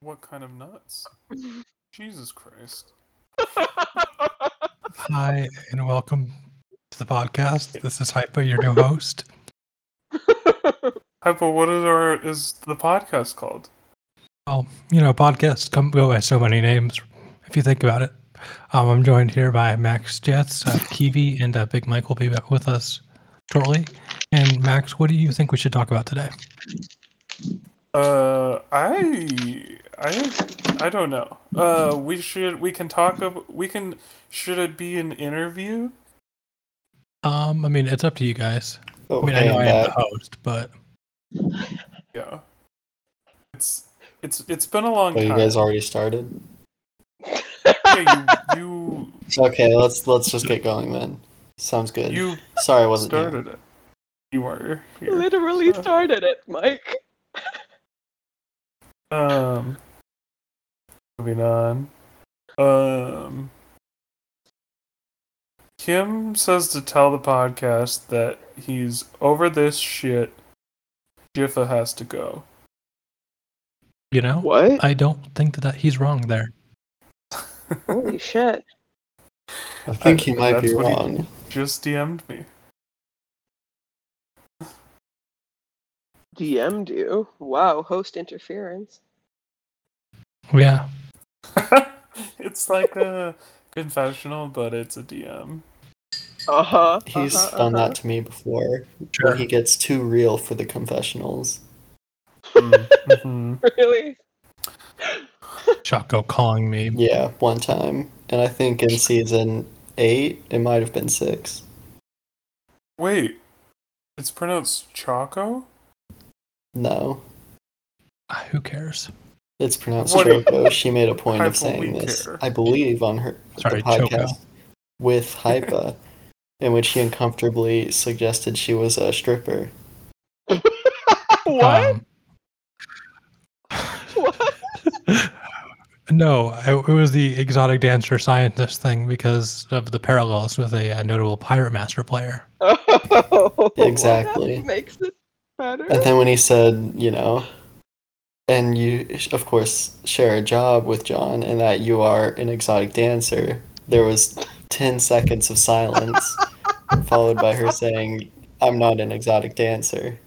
What kind of nuts? Jesus Christ. Hi, and welcome to the podcast. This is Hypa, your new host. Hypo, what is our is the podcast called? Well, you know, podcasts come go by so many names if you think about it. Um, I'm joined here by Max Jets, uh, Kiwi, and uh, Big Mike will be back with us shortly. And Max, what do you think we should talk about today? Uh, I I I don't know. Uh, we should we can talk of we can should it be an interview? Um, I mean, it's up to you guys. Oh, I mean, I know I am the that. host, but Yeah. It's it's it's been a long Oh, you time. guys already started. Yeah, you Okay, let's let's just get going then. Sounds you, good. you Sorry, I wasn't here. started it. You are here. Literally Sure. started it, Mike. Um, moving on. Um, Kim says to tell the podcast that he's over this shit. Jiffa has to go. you know, What? I don't think that, that he's wrong there. Holy shit. I think he might be That's what he- wrong. Just DM'd me. DM'd you. Wow, host interference. Yeah, it's like a confessional, but it's a DM. Uh huh. He's done uh, that to me before. sure. When he gets too real for the confessionals. Mm-hmm. Mhm. that. Really? Choco calling me. Yeah, one time, and I think in season eight, it might have been six. Wait, it's pronounced Choco? No, Who cares? it's pronounced What- Choco. She made a point I of saying believe this, her. I believe, on her Sorry, the podcast Choco. with Hypa, in which he uncomfortably suggested she was a stripper. What? Um, what? No, I, it was the exotic dancer scientist thing because of the parallels with a, uh notable pirate master player. Oh, Um, Exactly. That makes it better. And then when he said, you know, and you, of course, share a job with John and that you are an exotic dancer, there was 10 seconds of silence, followed by her saying, I'm not an exotic dancer.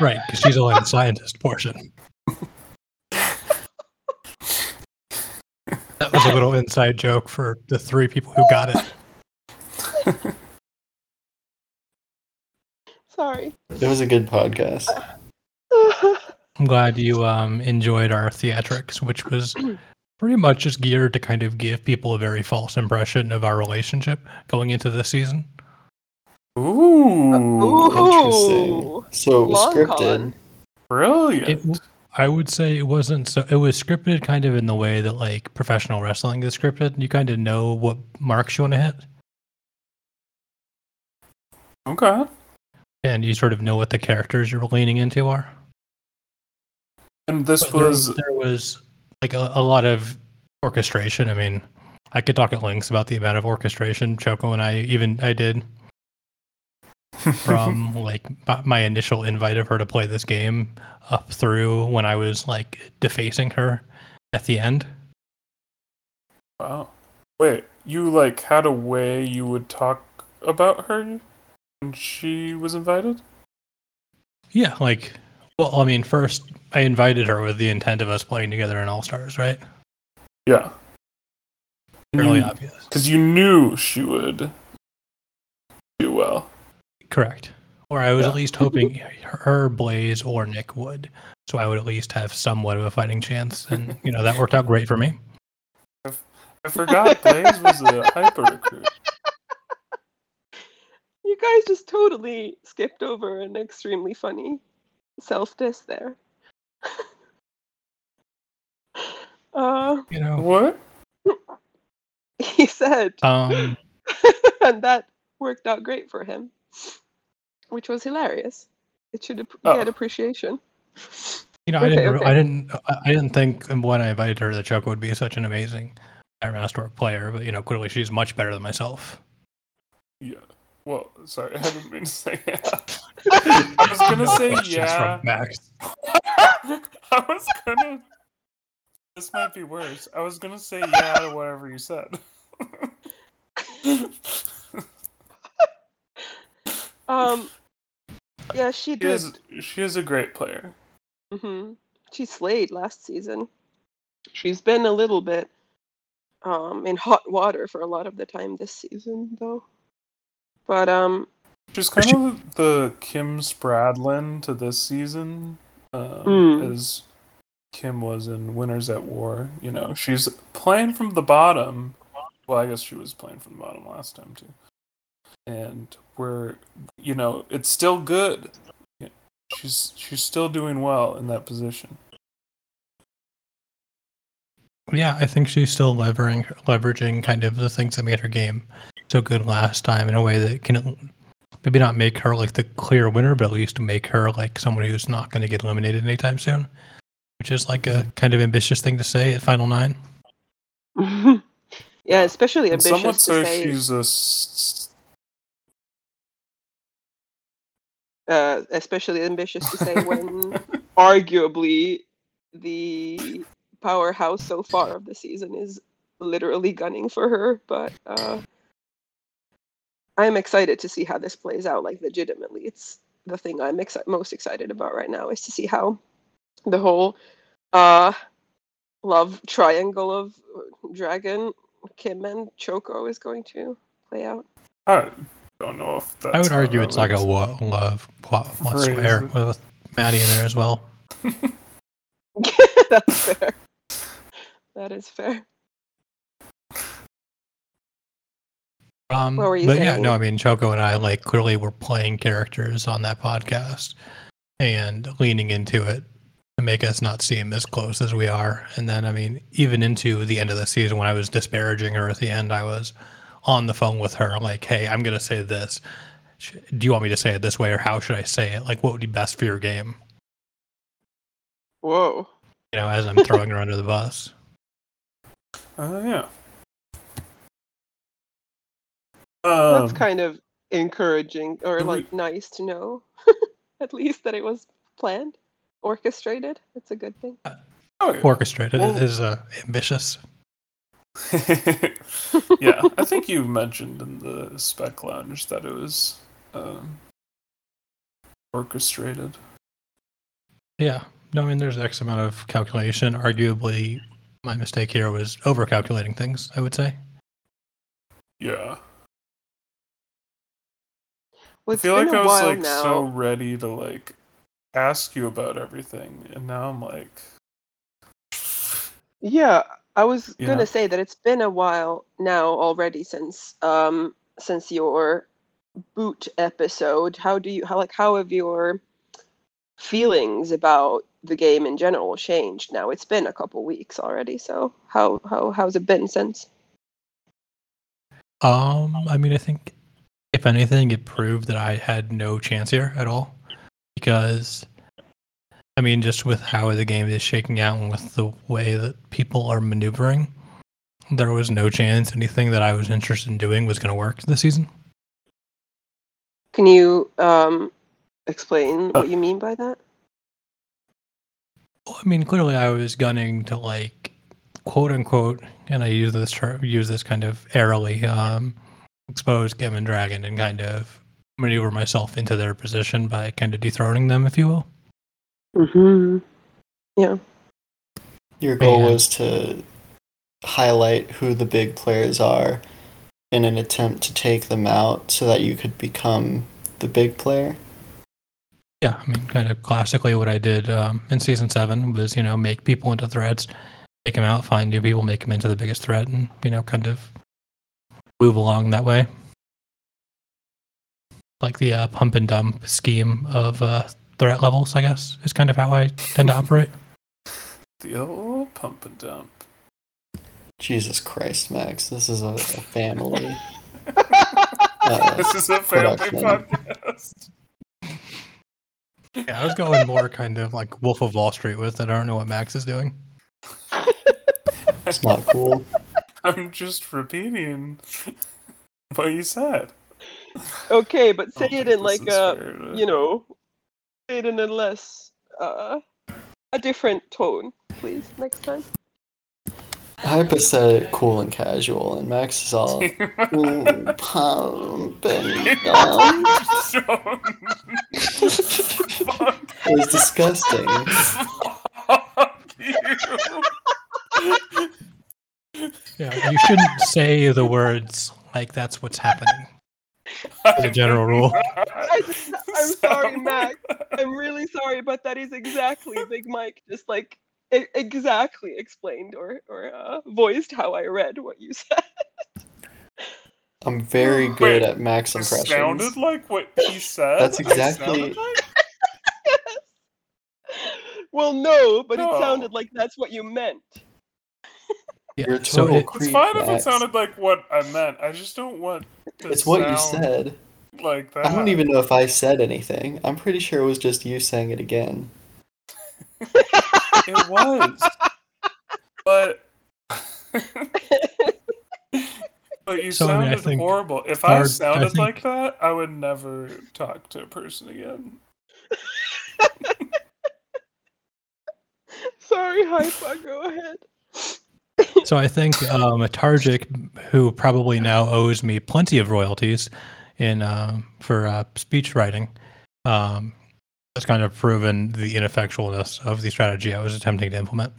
Right, because she's only the scientist portion. that was a little inside joke for the three people who got it. Sorry. It was a good podcast. I'm glad you um, enjoyed our theatrics, which was pretty much just geared to kind of give people a very false impression of our relationship going into this season. Uh, Ooh, Interesting. Ooh. So it was Long scripted. con. brilliant. It, I would say it wasn't so. It was scripted kind of in the way that like professional wrestling is scripted. You kind of know what marks you want to hit, okay. and you sort of know what the characters you're leaning into are. And this But there, was was, there was like a, a lot of orchestration. I mean, I could talk at lengths about the amount of orchestration Choco and I even I did from like b- my initial invite of her to play this game up through when I was like defacing her at the end. Wow. Wait, you like had a way you would talk about her when she was invited? Yeah, like, well, I mean, first I invited her with the intent of us playing together in All Stars, right? Yeah. Fairly Mm-hmm. obvious. Because you knew she would do well. Correct. Or I was Yeah. at least hoping her, Blaze, or Nick would. So I would at least have somewhat of a fighting chance. And, you know, that worked out great for me. I forgot Blaze was a hyper recruit. You guys just totally skipped over an extremely funny self diss there. uh, You know, What? he said um, and that worked out great for him, which was hilarious. It should app- Oh. get appreciation. you know, I didn't, Okay, re- okay. I didn't, I I didn't think when I invited her that Choco would be such an amazing master player, but you know, clearly she's much better than myself. Yeah. Well, sorry, I didn't mean to say yeah. I was gonna say Questions yeah. From Max. I was gonna. This might be worse. I was gonna say yeah to whatever you said. Um, yeah, she she did. is she is a great player. hmm She slayed last season. She's been a little bit um, in hot water for a lot of the time this season, though. But um, She's kind of the Kim Spradlin to this season, um, Hmm. Mm. as Kim was in Winners at War. You know, she's playing from the bottom. Well, I guess she was playing from the bottom last time too. And we're, you know, it's still good. She's she's still doing well in that position. Yeah, I think she's still leveraging leveraging kind of the things that made her game so good last time in a way that can maybe not make her like the clear winner, but at least make her like someone who's not going to get eliminated anytime soon, which is like a kind of ambitious thing to say at final nine. yeah, especially And some would ambitious say to say she's a s- uh, especially ambitious to say when arguably the powerhouse so far of the season is literally gunning for her but uh, i'm excited to see how this plays out like legitimately it's the thing i'm exci- most excited about right now is to see how the whole uh, love triangle of dragon kim and choco is going to play out I don't know if that's I would how argue that it's like a works. wo- love plot plus Phrase. swear with Maddie in there as well. that's fair that is fair Um, What were you but yeah, saying? no, I mean Choco and I like clearly were playing characters on that podcast and leaning into it to make us not seem as close as we are. And then I mean, even into the end of the season when I was disparaging her at the end, I was on the phone with her like, "Hey, I'm gonna say this. Sh- Do you want me to say it this way, or how should I say it? Like, what would be best for your game?" whoa You know, as I'm throwing her under the bus. Oh yeah. Um, that's kind of encouraging or do we- like nice to know at least that it was planned orchestrated that's a good thing oh, Orchestrated Well- is uh, ambitious. yeah. yeah, I think you mentioned in the spec lounge that it was um, orchestrated. Yeah. No, I mean, there's X amount of calculation. Arguably, my mistake here was over calculating things, I would say. Yeah, I well, it's feel been like a I was while like now so ready to like ask you about everything, and now I'm like, yeah i was Yeah. gonna say that it's been a while now already since um since your boot episode how do you how like how have your feelings about the game in general changed now it's been a couple weeks already so how how how's it been since Um, I mean, I think if anything, it proved that I had no chance here at all because, I mean, just with how the game is shaking out and with the way that people are maneuvering, there was no chance anything that I was interested in doing was going to work this season. Can you um, explain Uh, what you mean by that? Well, I mean, clearly, I was gunning to like, quote unquote, and I use this term, use this kind of airily, um, expose Kim and Dragon and kind of maneuver myself into their position by kind of dethroning them, if you will. Mm-hmm. Your goal Yeah. was to highlight who the big players are in an attempt to take them out so that you could become the big player. Yeah, I mean, kind of classically, what I did um, in season seven was, you know, make people into threads, take them out, find new people, make them into the biggest threat, and you know, kind of move along that way. Like the uh, pump and dump scheme of uh, threat levels, I guess, is kind of how I tend to operate. the old pump and dump. Jesus Christ, Max, this is a, a family. This is a family Production. podcast. Yeah, I was going more kind of like Wolf of Wall Street with it. I don't know what Max is doing. It's not cool. I'm just repeating what you said. Oh, Okay, but I say don't it uh, think in this like is a fair to- you know, say it in a less uh, a different tone, please, next time. Hyper said uh, cool and casual, and Max is all "Ooh, pump and dump." Fuck It was disgusting. you. Yeah, you shouldn't say the words like that's what's happening. As a general rule. I just, I'm sorry, Max. I'm really sorry, but that is exactly Big Mike just like e- exactly explained or or uh, voiced how I read what you said. I'm very Wait, good at Max It impressions. sounded like what he said. That's It exactly- sounded like- well, no, but it sounded No. like that's what you meant. You're Yeah. a So total it, It's creep. fine if it Max. sounded like what I meant. I just don't want. To It's what you sound said. Like that. I don't even know if I said anything. I'm pretty sure it was just you saying it again. It was. but. but you So, I mean, I sounded think horrible. If I our- I sounded think- like that, I would never talk to a person again. Sorry, Hypa, go ahead. so I think um, a Targic who probably now owes me plenty of royalties in um for uh, speech writing um, has kind of proven the ineffectualness of the strategy I was attempting to implement.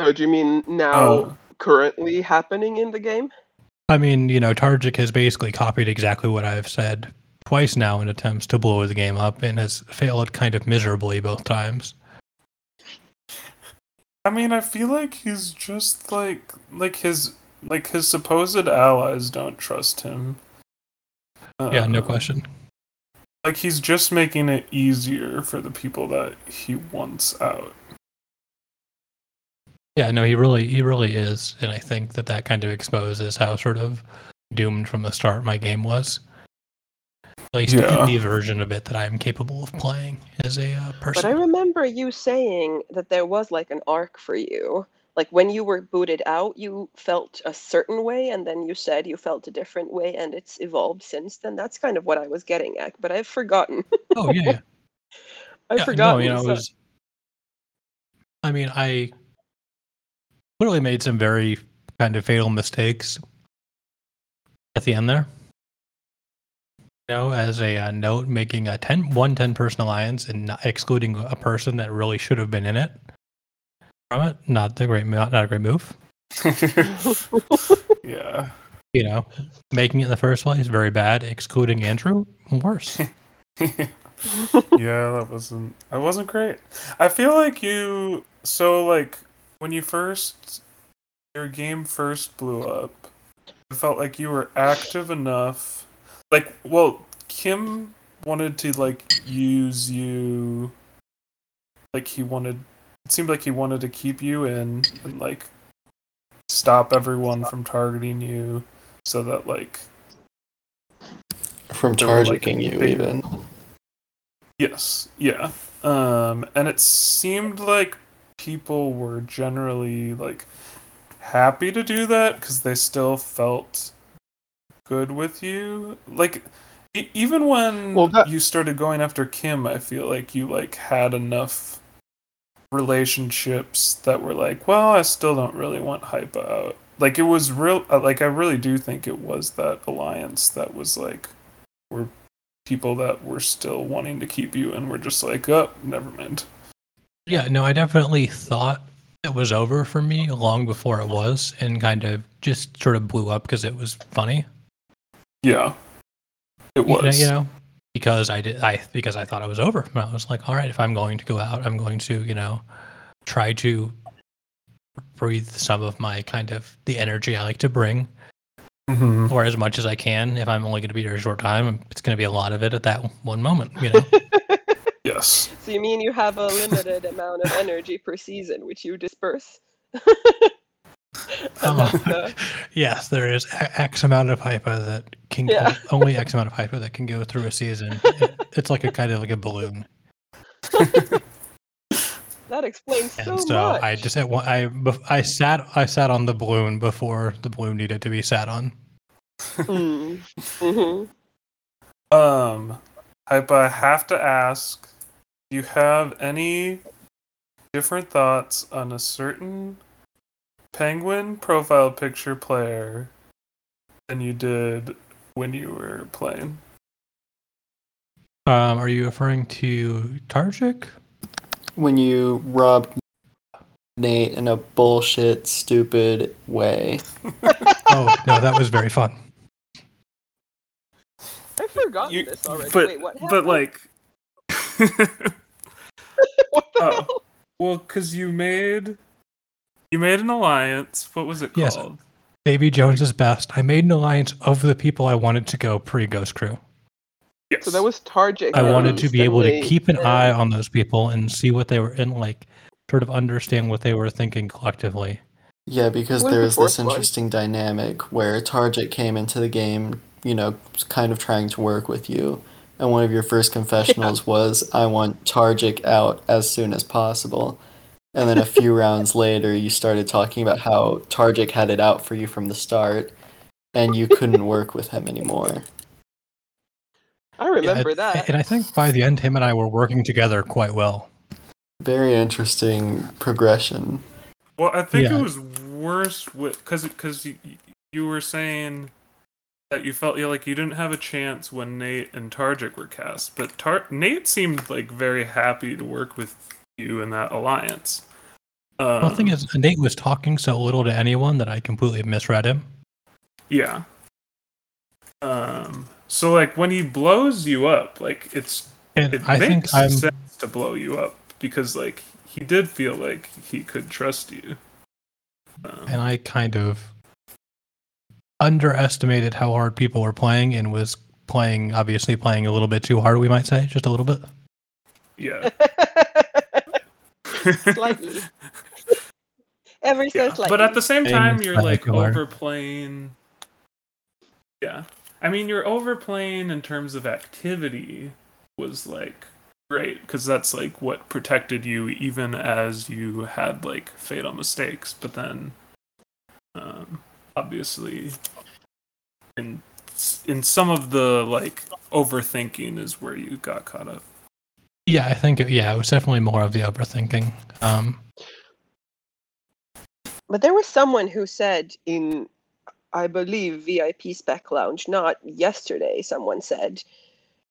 Oh, do you mean now Oh. Oh. currently happening in the game? I mean, you know, Targic has basically copied exactly what I've said twice now in attempts to blow the game up and has failed kind of miserably both times. I mean, I feel like he's just like like his like his supposed allies don't trust him. Yeah, no Uh, question. Like he's just making it easier for the people that he wants out. Yeah, no, he really, he really is, and I think that that kind of exposes how sort of doomed from the start my game was. At least Yeah. the version of it that I am capable of playing as a uh, But I person. remember you saying that there was like an arc for you. Like when you were booted out, you felt a certain way, and then you said you felt a different way, and it's evolved since then. That's kind of what I was getting at, but I've forgotten. oh yeah, yeah. I've Yeah, forgotten. No, you know, so- it was, I mean, I clearly made some very kind of fatal mistakes at the end there. You know, as a uh, note, making a 10, one 10 person alliance and not excluding a person that really should have been in it from it, not the great, not, not a great move. yeah. You know, making it in the first place, very bad. Excluding Andrew, worse. yeah, that wasn't that wasn't great. I feel like you so like when you first your game first blew up, it felt like you were active enough. Like, well, Kim wanted to like use you. Like he wanted, it seemed like he wanted to keep you in and like stop everyone from targeting you, so that like From They were, like, targeting you, big- even. Yes, yeah. Um, and it seemed like people were generally like happy to do that because they still felt good with you. Like e- even when Well, that- you started going after Kim, I feel like you like had enough relationships that were like, well, I still don't really want hype out. Like it was real. uh, Like I really do think it was that alliance that was like were people that were still wanting to keep you, and were just like, oh, never mind. Yeah, no, I definitely thought it was over for me long before it was, and kind of just sort of blew up because it was funny. Yeah, it you know- was. you know, because I did, I because I thought it was over. And I was like, all right, if I'm going to go out, I'm going to, you know, try to breathe some of my kind of the energy I like to bring, Mhm. or as much as I can. If I'm only going to be here a short time, it's going to be a lot of it at that one moment. You know, Yes. so you mean you have a limited amount of energy per season, which you disperse? And Oh. that's the- yes, there is a- X amount of hypa that can Yeah. only X amount of hypa that can go through a season. It's like a kind of like a balloon. that explains so, and so, much. I just at one, I bef- I sat I sat on the balloon before the balloon needed to be sat on. Mm. Mhm. Um, Hypa, I have to ask Do you have any different thoughts on a certain penguin profile picture player than you did when you were playing? Um, are you referring to Tarchik? When you rob Nate in a bullshit, stupid way. Oh no, that was very fun. I've forgotten You- this already. But Wait, what but happened? like, what the uh, oh. hell? well, because you made you made an alliance. What was it Yes. called? Baby Jones is best. I made an alliance of the people I wanted to go pre Ghost Crew. Yes. So that was Tarjik. I that wanted to be able to instantly- keep an Yeah. eye on those people and see what they were in, like, sort of understand what they were thinking collectively. Yeah, because What is there the was this fourth one? interesting dynamic where Target came into the game, you know, kind of trying to work with you. And one of your first confessionals was, I want Target out as soon as possible. And then a few rounds later, you started talking about how Target had it out for you from the start, and you couldn't work with him anymore. I Yeah, remember and- that. And I think by the end, him and I were working together quite well. Very interesting progression. Well, I think Yeah. it was worse with because because you, you were saying that you felt you like you didn't have a chance when Nate and Tarjik were cast, but Tar- Nate seemed like very happy to work with you in that alliance. Um, well, the thing is, Nate was talking so little to anyone that I completely misread him. yeah. Um. So like when he blows you up, like it's And it I think makes I'm sense to blow you up because like he did feel like he could trust you. Um, and I kind of underestimated how hard people were playing and was playing obviously playing a little bit too hard we might say just a little bit yeah. Slightly. Ever so Yeah, slightly. But at the same Thing time, is you're like molecular. overplaying. Yeah, I mean, you're overplaying in terms of activity was like great because that's like what protected you even as you had like fatal mistakes. But then, um, obviously, in in some of the like overthinking is where you got caught up. yeah i think it, yeah it was definitely more of the overthinking um But there was someone who said in, I believe, VIP Spec Lounge, not yesterday, someone said,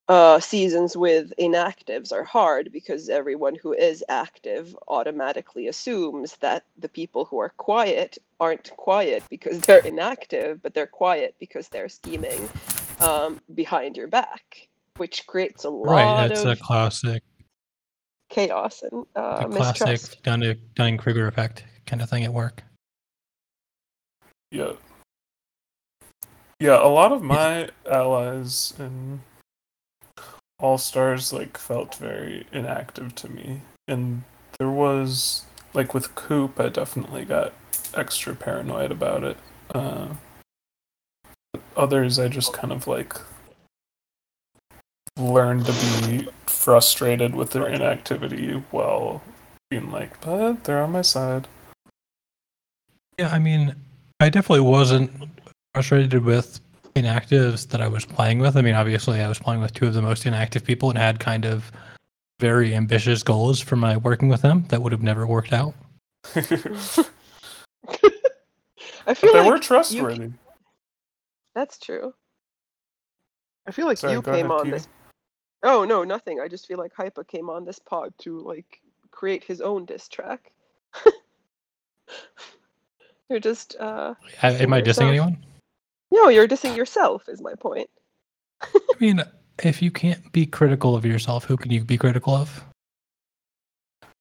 uh, seasons with inactives are hard because everyone who is active automatically assumes that the people who are quiet aren't quiet because they're inactive, but they're quiet because they're scheming um, behind your back, which creates a lot right that's of a classic chaos and uh, a classic mistrust. Dunning- dunning-kruger effect kind of thing at work Yeah. Yeah, a lot of my allies and All Stars like felt very inactive to me. And there was like with Coop I definitely got extra paranoid about it. Uh but others I just kind of like learned to be frustrated with their inactivity while being like, but they're on my side. Yeah, I mean, I definitely wasn't frustrated with inactives that I was playing with. I mean, obviously, I was playing with two of the most inactive people and had kind of very ambitious goals for my working with them that would have never worked out. I But feel they like were trustworthy. That's true. I feel like Sorry, you go came ahead, on Peter. this. Oh no, nothing. I just feel like Hypa came on this pod to like create his own diss track. you're just uh I, am I dissing Yourself. anyone? no, you're dissing yourself is my point. I mean, if you can't be critical of yourself, who can you be critical of?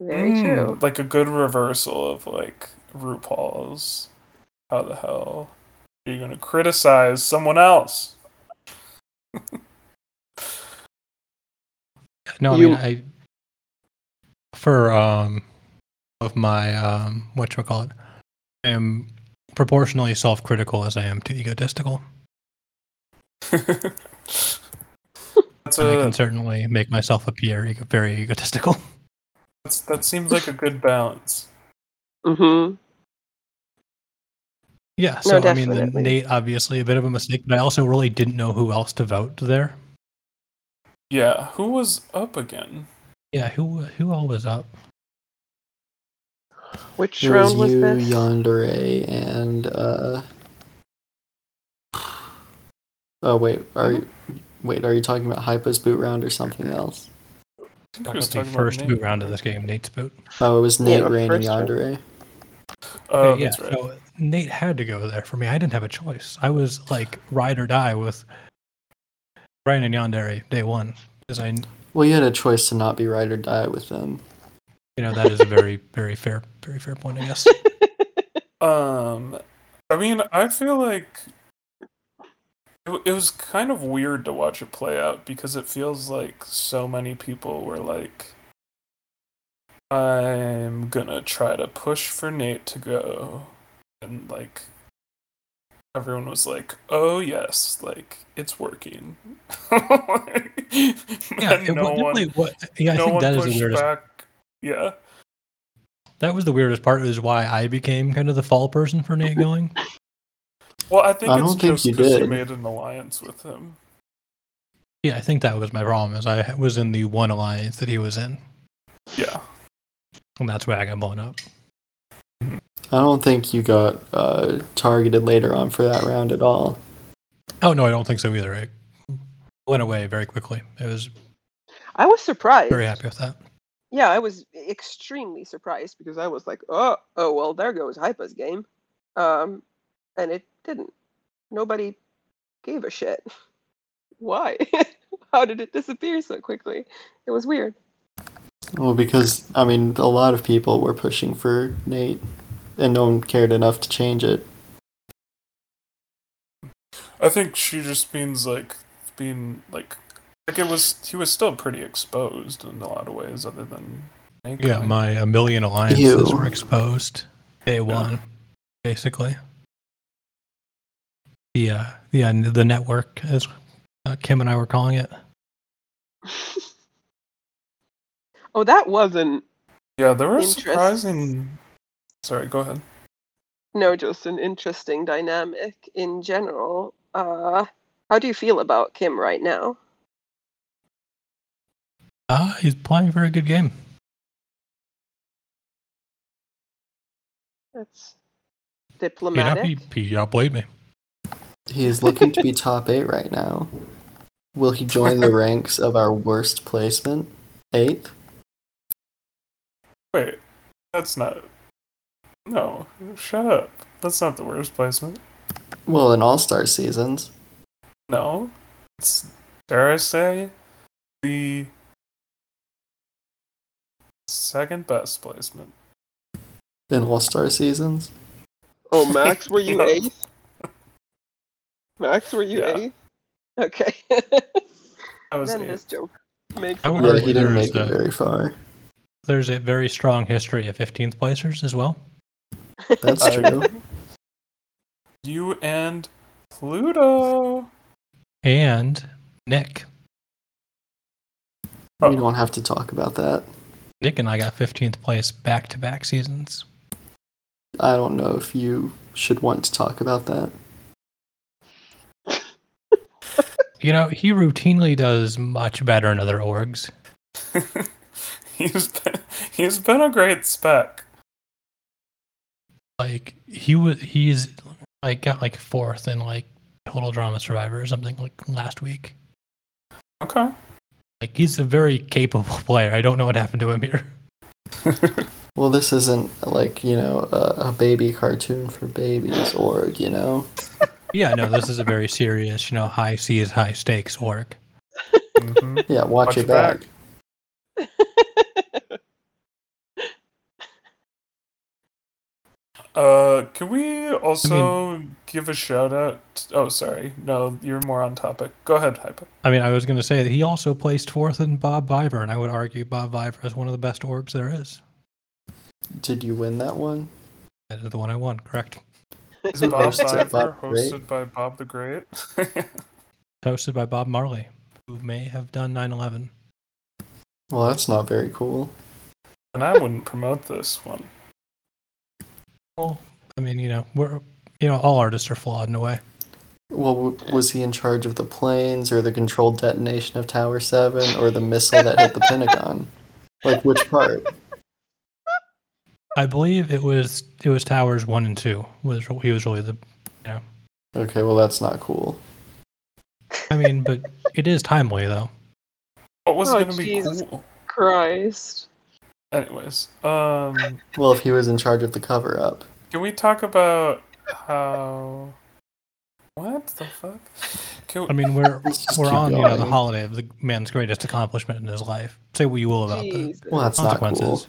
Very Mm, true. Like a good reversal of like RuPaul's. How the hell are you going to criticize someone else? No, I You- mean, I for um of my um what you call it, I am proportionally self-critical as I am to egotistical. that's I can a certainly make myself appear ego- very egotistical. that's, that seems like a good balance. Mm-hmm. Yeah, so I mean, the definitely. Nate obviously a bit of a mistake, but I also really didn't know who else to vote there. Yeah, who was up again? Yeah, who who all was up? Which It was round was you, this? Yandere, and uh. Oh wait, are you wait? Are you talking about Hypa's boot round or something else? I think That we was was the talking about first Nate. boot round of this game, Nate's boot. Oh, it was Nate, the Rain, and first round. Yandere. Oh, Okay, yeah, that's right. so Nate had to go there for me. I didn't have a choice. I was like ride or die with Ryan and Yandere day one because I, you Well, you had a choice to not be ride or die with them. know, that is a very very fair very fair point, I guess. Um, I mean, I feel like it, wa- it was kind of weird to watch it play out because it feels like so many people were like, "I'm gonna try to push for Nate to go," and like everyone was like, "Oh yes, like it's working." Yeah, And it no wa- one, definitely wa- yeah, I no think one that is the pushed weirdest. back. Yeah. That was the weirdest part. Is why I became kind of the fall person for Nate going. Well, I think I it's don't think just you because you did. made an alliance with him. Yeah, I think that was my problem. Is I was in the one alliance that he was in, Yeah. and that's why I got blown up. I don't think you got uh, targeted later on for that round at all. Oh no, I don't think so either. It went away very quickly. I was I was surprised. very happy with that. Yeah, I was extremely surprised because I was like, oh, oh, well, there goes Hypa's game. Um, and it didn't. Nobody gave a shit. Why? How did it disappear so quickly? It was weird. Well, because I mean, a lot of people were pushing for Nate, and no one cared enough to change it. I think she just means like being like like it was he was still pretty exposed in a lot of ways other than Nate Yeah, going. my a million alliances Ew. were exposed day one, basically. The uh, the uh, the network, as uh, Kim and I were calling it. oh, that wasn't. yeah there were Interest. surprising sorry go ahead No, just an interesting dynamic in general. Uh, how do you feel about Kim right now? Ah, he's playing a very good game. That's He diplomatic. out, he, he outplayed me. He is looking to be top eight right now. Will he join the ranks of our worst placement, eighth? wait that's not no shut up that's not the worst placement Well, in all star seasons, no it's dare I say the second best placement in all star seasons, Oh, Max, were you Yeah. eighth? Max, were you Yeah. eighth? Okay. I was then eighth. this joke makes I would yeah, argue he didn't there's make it a- very far. There's a very strong history of 15th placers as well. That's I- true. you and Pluto And Nick. Oh. We don't have to talk about that. Nick and I got 15th place back to back seasons. I don't know if you should want to talk about that. You know, he routinely does much better in other orgs. he's been, he's been a great spec. Like he was, he's like got like fourth in like Total Drama Survivor or something like last week. Okay. Like he's a very capable player. I don't know what happened to him here. Well, this isn't like you know a, a baby cartoon for babies, or you know, Yeah, no, this is a very serious, you know, high seas, high stakes org. Mhm. yeah, Watch watch, your your back. back. Uh, can we also give a shout out? oh, sorry. No, you're more on topic. Go ahead, Hypo. I mean, I was going to say that he also placed fourth in Bob Viver, and I would argue Bob Viver is one of the best orgs there is. Did you win that one? That is the one I won, correct? Is Bob Hosted by Iver Bob the Great. hosted by Bob the Great? Hosted by Bob Marley, who may have done 9 11. Well, that's not very cool. and I wouldn't promote this one. Well, I mean, you know, we're, you know, all artists are flawed in a way. Well, w- was he in charge of the planes, or the controlled detonation of Tower Seven, or the missile that hit the Pentagon? Like which part? I believe it was it was towers one and two was he was really the Okay, well that's not cool. I mean, but it is timely though. What was Oh, going to be Jesus. cool? Christ. Anyways, um, Well, if he was in charge of the cover up, can we talk about how? What the fuck? Can we... I mean, we're Let's just we're keep on you know the going. holiday of the man's greatest accomplishment in his life. Say what you will about the Jesus. well that's not cool. consequences.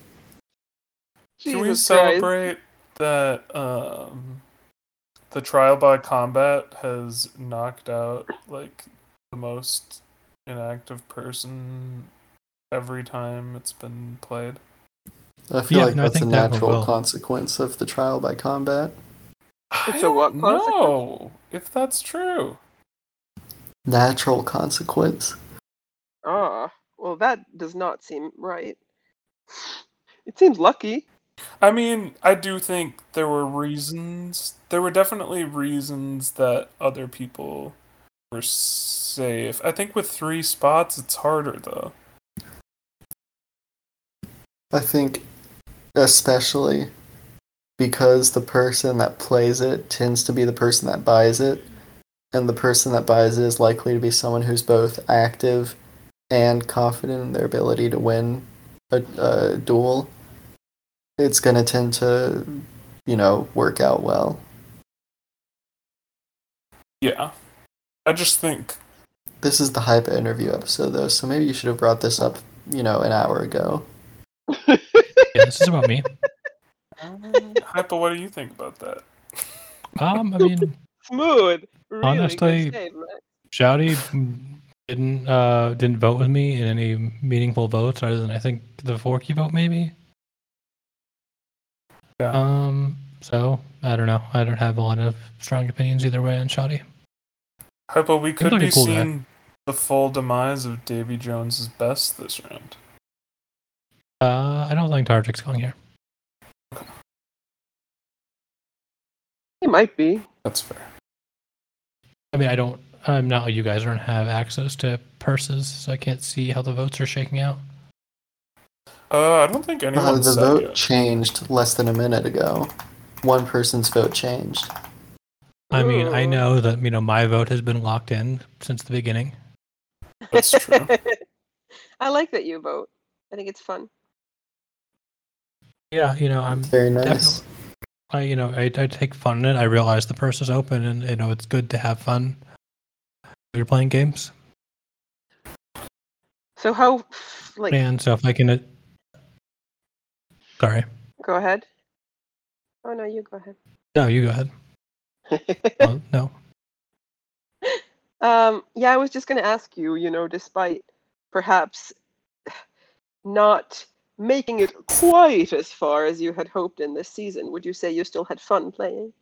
Can we Jesus Christ. celebrate that um, the trial by combat has knocked out like the most inactive person every time it's been played? I feel Yeah, like no, I that's a think that one natural will. consequence of the trial by combat. I It's a don't what consequence? know if that's true. Natural consequence. Ah, well, that does not seem right. It seems lucky. I mean, I do think there were reasons. There were definitely reasons that other people were safe. I think with three spots, it's harder though. I think especially because the person that plays it tends to be the person that buys it, and the person that buys it is likely to be someone who's both active and confident in their ability to win a, a duel. It's going to tend to, you know, work out well. Yeah, I just think This is the hype interview episode, though, so maybe you should have brought this up, you know, an hour ago. yeah, this is about me. Hypa, what do you think about that? Um, I mean, Smooth. Really Honestly- good save, Max. Shouty didn't uh didn't vote with me in any meaningful votes other than I think the Forky vote maybe. Yeah. Um. So I don't know. I don't have a lot of strong opinions either way on Shouty. Hypa, we could like a be cool guy. seeing the full demise of Davy Jones's best this round. Uh, I don't think Tarjik's going here. It might be. That's fair. I mean, I don't. I'm not like you guys. I don't have access to purses, so I can't see how the votes are shaking out. Uh, I don't think Uh, anyone's the said vote yet. changed less than a minute ago. One person's vote changed. I mean, I Ooh. know that you know my vote has been locked in since the beginning. That's true. I like that you vote. I think it's fun. Yeah, you know, I'm Very nice. Definitely. I you know I, I take fun in it. I realize the purse is open, and you know it's good to have fun. You're playing games, So how, f- like, and so if I can, uh, sorry, go ahead. Oh no, you go ahead. no, you go ahead. Well, no, Um, yeah, I was just going to ask you, you know, despite perhaps not making it quite as far as you had hoped in this season, would you say you still had fun playing?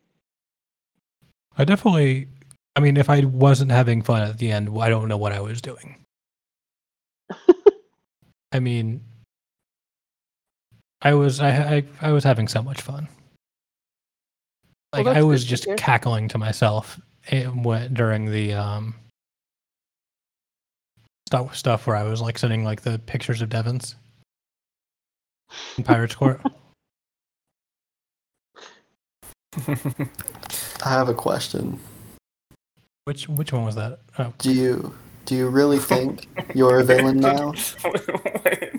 I definitely. I mean, if I wasn't having fun at the end, I don't know what I was doing. I mean, I was I I, I was having so much fun. Well, Like I that's was good to just hear. cackling to myself and went during the um stuff stuff where I was like sending like the pictures of Devons in Pirates Court. I have a question. Which which one was that? Oh, Do you do you really think you're a villain now? Wait, wait.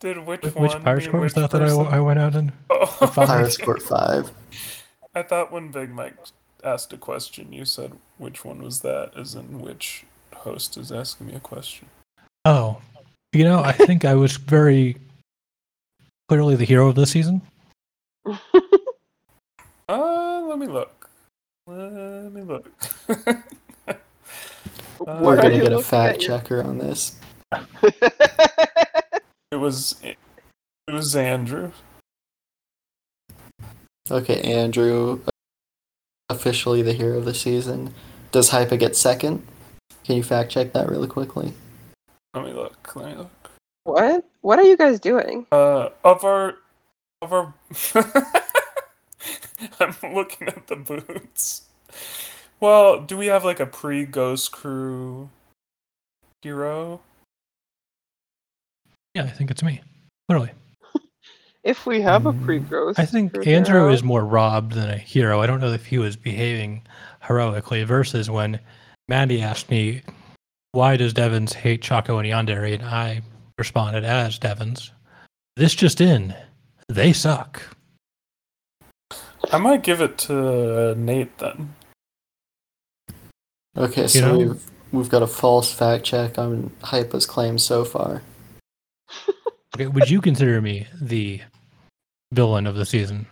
Did which, which, one? which Pirates mean Court was which that that I, person? I went out in? Oh. Five. Pirates Court Five. I thought when Big Mike asked a question, you said which one was that, as in which host is asking me a question. Oh, you know, I think I was very clearly the hero of this season. Uh, let me look. Let me look. Uh, We're Why gonna you get a looking fact at your- checker on this. it was it was Andrew. Okay, Andrew, officially the hero of the season. Does Hypa get second? Can you fact check that really quickly? Let me look. Let me look. What? What are you guys doing? Uh, of our, of our. I'm looking at the boots. Well, do we have like a pre Ghost Crew hero? Yeah, I think it's me. Literally. If we have a Mm, pre-growth, I think for Andrew Daryl- is more robbed than a hero. I don't know if he was behaving heroically versus when Mandy asked me, why does Devons hate Chaco and Yandere? And I responded as Devons. This just in. They suck. I might give it to Nate then. Okay, so know? we've we've got a false fact check on Hypa's claim so far. Okay, would you consider me the villain of the season?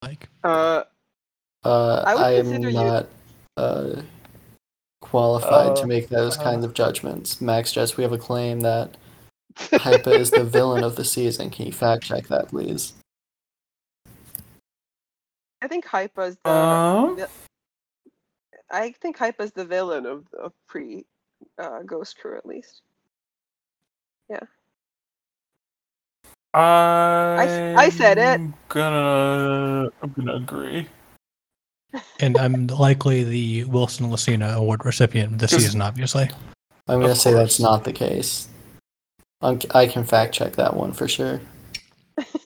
Like, Uh, Uh, I I, would am consider you- not uh, qualified Uh, to make those uh. kinds of judgments. Max Jess, we have a claim that Hypa is the villain of the season. Can you fact check that, please? I think Hypa is the. Um, I think Hypa is the villain of of pre uh, Ghost Crew at least. I I said it. I'm gonna I'm gonna agree. and I'm likely the Wilson Lucina Award recipient this Just- season, obviously. I'm gonna Of say that's course. not the case. I'm, I can fact check that one for sure.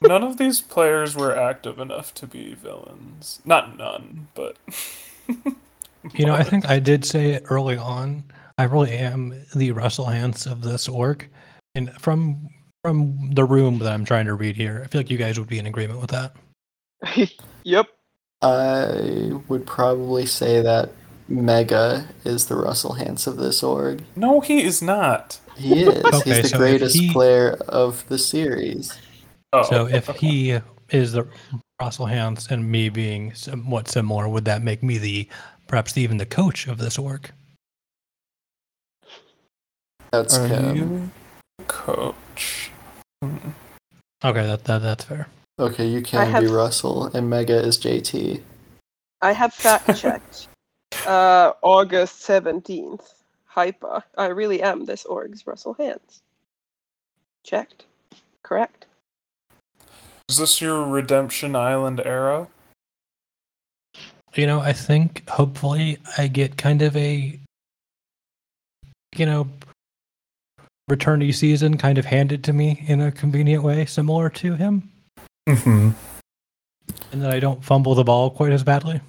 None of these players were active enough to be villains. Not none, but You know, I think I did say it early on. I really am the Russell Hance of this org, and from from the room that I'm trying to read here, I feel like you guys would be in agreement with that. yep. I would probably say that Mega is the Russell Hans of this org. no, he is not. He is. Okay, He's the so if greatest he- player of the series. Oh, So if he is the Russell Hance and me being somewhat similar, would that make me the perhaps even the coach of this org? That's are Kim. you a coach? Hmm. Okay, that, that that's fair. Okay, you can have- be Russell, and Mega is JT. I have fact checked. uh, August seventeenth. Hypa. I really am this org's Russell Hands. Checked. Correct. Is this your Redemption Island era? You know, I think hopefully I get kind of a, you know, return to season kind of handed to me in a convenient way, similar to him, Mm-hmm. and that I don't fumble the ball quite as badly.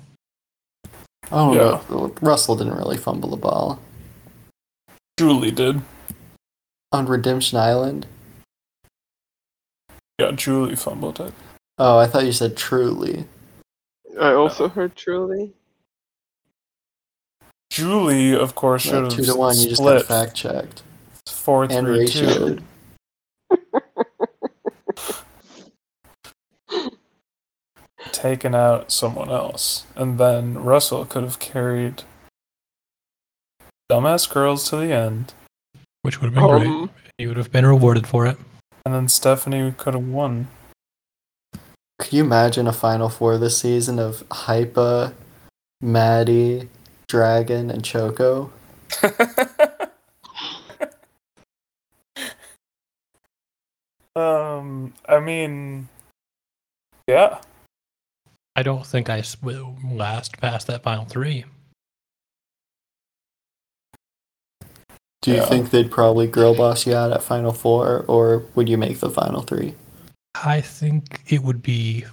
I don't Yeah. know. Oh, Russell didn't really fumble the ball Julie did. on Redemption Island. Yeah, Julie fumbled it. Oh, I thought you said truly. I also heard truly. Julie, of course, should Like, have two to one. You just got split fact checked four and three two. ratioed. taken out someone else, and then Russell could have carried dumbass girls to the end, Which would have been great. Um, You would have been rewarded for it. and then Stephanie could have won. Could you imagine a Final Four this season of Hypa, Maddie, Dragon, and Choco? um, I mean, yeah, I don't think I s- will last past that final three. Do you Yeah. think they'd probably girl boss you out at Final Four, or would you make the Final Three? I think it would be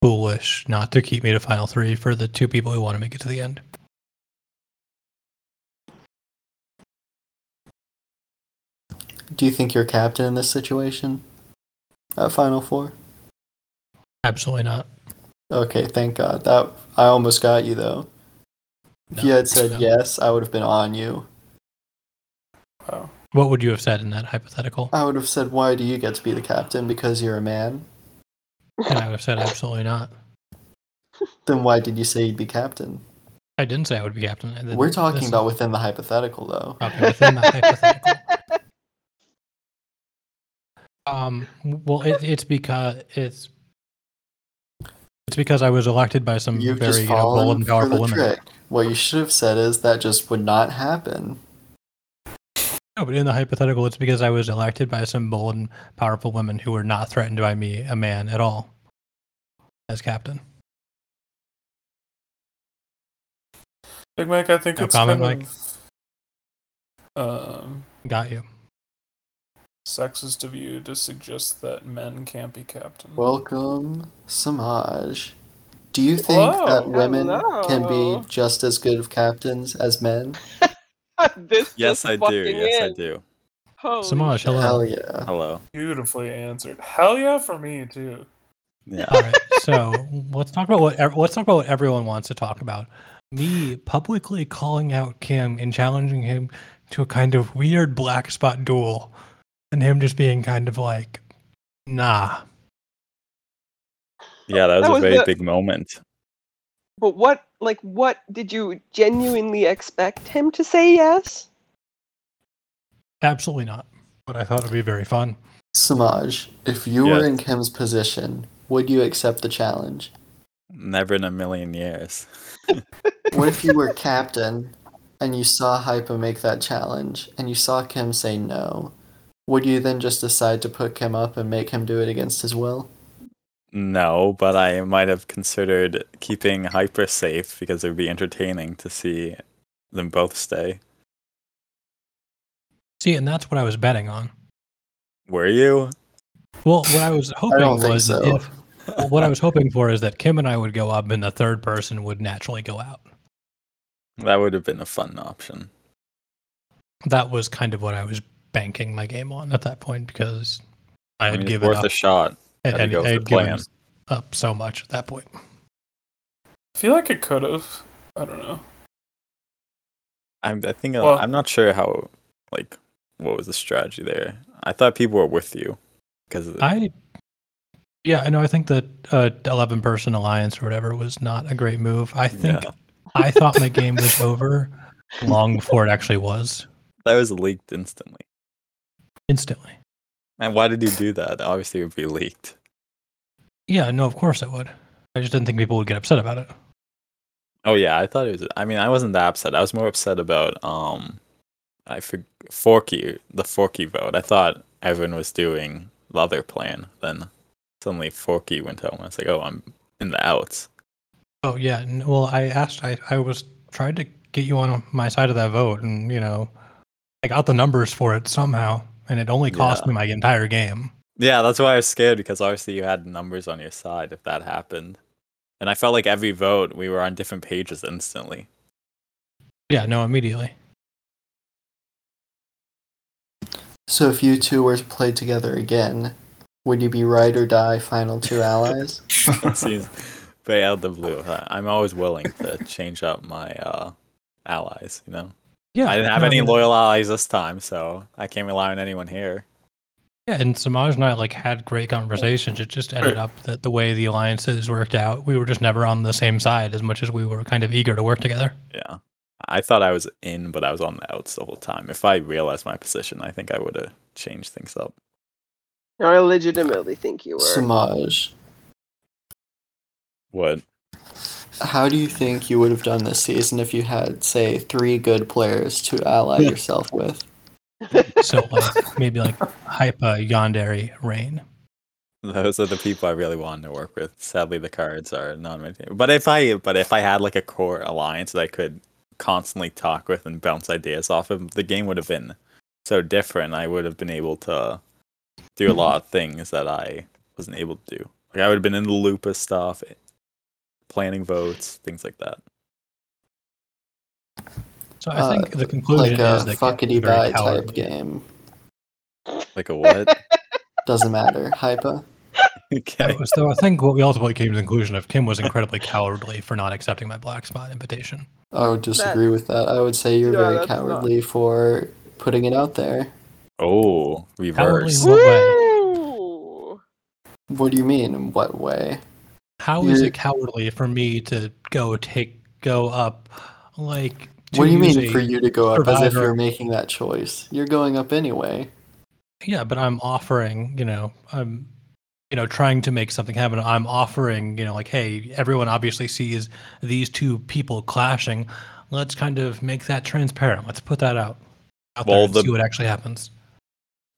foolish not to keep me to final three for the two people who want to make it to the end. Do you think you're captain in this situation at Final Four? Absolutely not. Okay, thank God. That I almost got you though. If you No. had said No. yes, I would have been on you. wow. What would you have said in that hypothetical? I would have said, "Why do you get to be the captain? Because you're a man." And I would have said absolutely not. Then why did you say you'd be captain? I didn't say I would be captain. I- We're talking this- about within the hypothetical, though. Okay, within that hypothetical. Um, well, it, it's because it's it's because I was elected by some You've very just you know, bold fallen and for powerful the women. trick. What you should have said is that just would not happen. No, but in the hypothetical, it's because I was elected by some bold and powerful women who were not threatened by me, a man, at all, as captain. Big Mike, I think No it's comment, kind of, um, Got you. sexist of you to suggest that men can't be captains. Welcome, Samaj. Do you think Whoa. that women can Hello. be just as good of captains as men? this Yes, just I do. fucking Yes, I in. do. Holy Samaj, shit. hello. Hell yeah. Hello. Beautifully answered. Hell yeah, for me too. Yeah. All right. So let's talk about what ev- let's talk about what everyone wants to talk about. Me publicly calling out Kim and challenging him to a kind of weird black spot duel, and him just being kind of like, "Nah, Yeah, that was That a was very the- big moment. But what, like, what did you genuinely expect him to say yes? absolutely not." But I thought it'd be very fun. Samaj, if you were Yes. in Kim's position, would you accept the challenge? Never in a million years. What if you were captain and you saw Hypa make that challenge and you saw Kim say no? Would you then just decide to put Kim up and make him do it against his will? No, but I might have considered keeping Hyper safe because it would be entertaining to see them both stay. See, and that's what I was betting on. Were you? Well, what I was hoping don't think was so. if, well, what I was hoping for is that Kim and I would go up, and the third person would naturally go out. That would have been a fun option. That was kind of what I was banking my game on at that point because I I had mean, it's given worth up. a shot. and, Had to and go I for had plan. given up so much at that point. I feel like it could have. I don't know. I'm, I think uh, Well- I'm not sure how, like, what was the strategy there. I thought people were with you because I, yeah, I know. I think the uh, eleven person alliance or whatever was not a great move. I think Yeah. I thought my game was over long before it actually was. that was leaked instantly. Instantly. And why did you do that? Obviously, it would be leaked. Yeah, no, of course it would. I just didn't think people would get upset about it. Oh yeah, I thought it was. I mean, I wasn't that upset. I was more upset about um, I for, Forky the Forky vote. I thought everyone was doing the other plan. Then suddenly Forky went home. I was like, oh, I'm in the outs. Oh yeah. n- Well, I asked. I I was trying to get you on my side of that vote, and you know, I got the numbers for it somehow, and it only cost Yeah. me my entire game. Yeah, that's why I was scared because obviously you had numbers on your side if that happened, and I felt like every vote we were on different pages instantly. Yeah, no, immediately. So if you two were to play together again, would you be ride or die final two allies? it seems very out of the blue. I- I'm always willing to change up my uh, allies. You know. Yeah, I didn't have no, any no. loyal allies this time, so I can't rely on anyone here. Yeah, and Samaj and I like had great conversations. It just ended up that the way the alliances worked out, we were just never on the same side as much as we were kind of eager to work together. Yeah. I thought I was in, but I was on the outs the whole time. If I realized my position, I think I would have changed things up. No, I legitimately think you were. Samaj, What? how do you think you would have done this season if you had, say, three good players to ally yourself with? So like maybe like Hypa, Yandere, Rain. Those are the people I really wanted to work with. Sadly, the cards are not my favorite. But if I, but if I had like a core alliance that I could constantly talk with and bounce ideas off of, the game would have been so different. I would have been able to do a lot of things that I wasn't able to do. Like I would have been in the loop of stuff, planning votes, things like that. So I Uh, think the conclusion Like a is that fuckity Kim's very bye type cowardly. game. Like a what? Doesn't matter. Hypa. okay. Yeah, so I think what we ultimately came to the conclusion of Kim was incredibly cowardly for not accepting my black spot invitation. I would disagree with that. I would say you're Yeah, very that's not- cowardly for putting it out there. Oh, reverse. Cowardly- What Woo! What do you mean? In what way? How is You're- it cowardly for me to go take go up like? to What do you use mean a- for you to go up as if provider- you're making that choice? You're going up anyway. Yeah, but I'm offering, you know, I'm, you know, trying to make something happen. I'm offering, you know, like, hey, everyone obviously sees these two people clashing. Let's kind of make that transparent. Let's put that out, out there Well, and the- see what actually happens.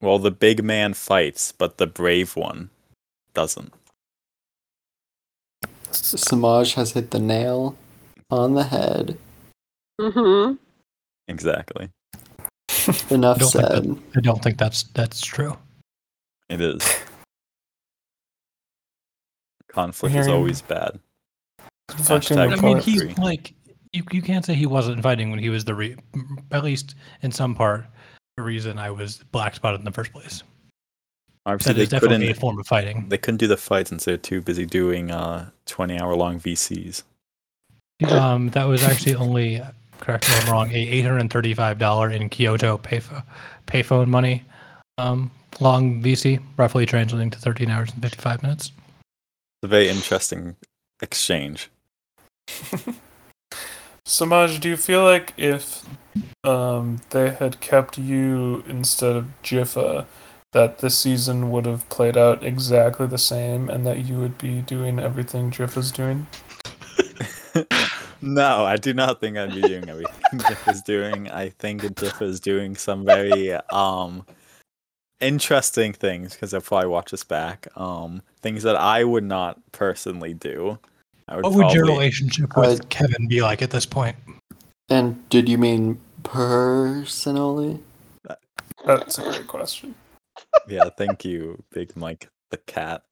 Well, the big man fights, but the brave one doesn't. Samaj has hit the nail on the head. Mm-hmm. Exactly. Enough Don't like said. I don't think that's that's true. It is. Conflict is Hearing- always bad. Conflicting Hashtag I mean, report. he- he's Agree. like you. You can't say he wasn't fighting when he was the re- at least in some part the reason I was black spotted in the first place. Obviously, That is they definitely a couldn't. form of fighting. They couldn't do the fights since they're too busy doing uh, twenty-hour-long VCs. Um, that was actually only correct me if I'm wrong a eight hundred thirty-five dollar in Kyoto payphone payphone money. Um, long VC, roughly translating to thirteen hours and fifty-five minutes. It's a very interesting exchange. Samaj, do you feel like if um, they had kept you instead of Jiffa, that this season would have played out exactly the same and that you would be doing everything Jiffa's doing? No, I do not think I'd be doing everything Diff is doing. I think that Diff is doing some very um interesting things because I'll probably watch this back. Um, things that I would not personally do. I What would your probably- relationship Uh, with Kevin be like at this point? And did you mean personally? That's a great question. Yeah, thank you, Big Mike the cat.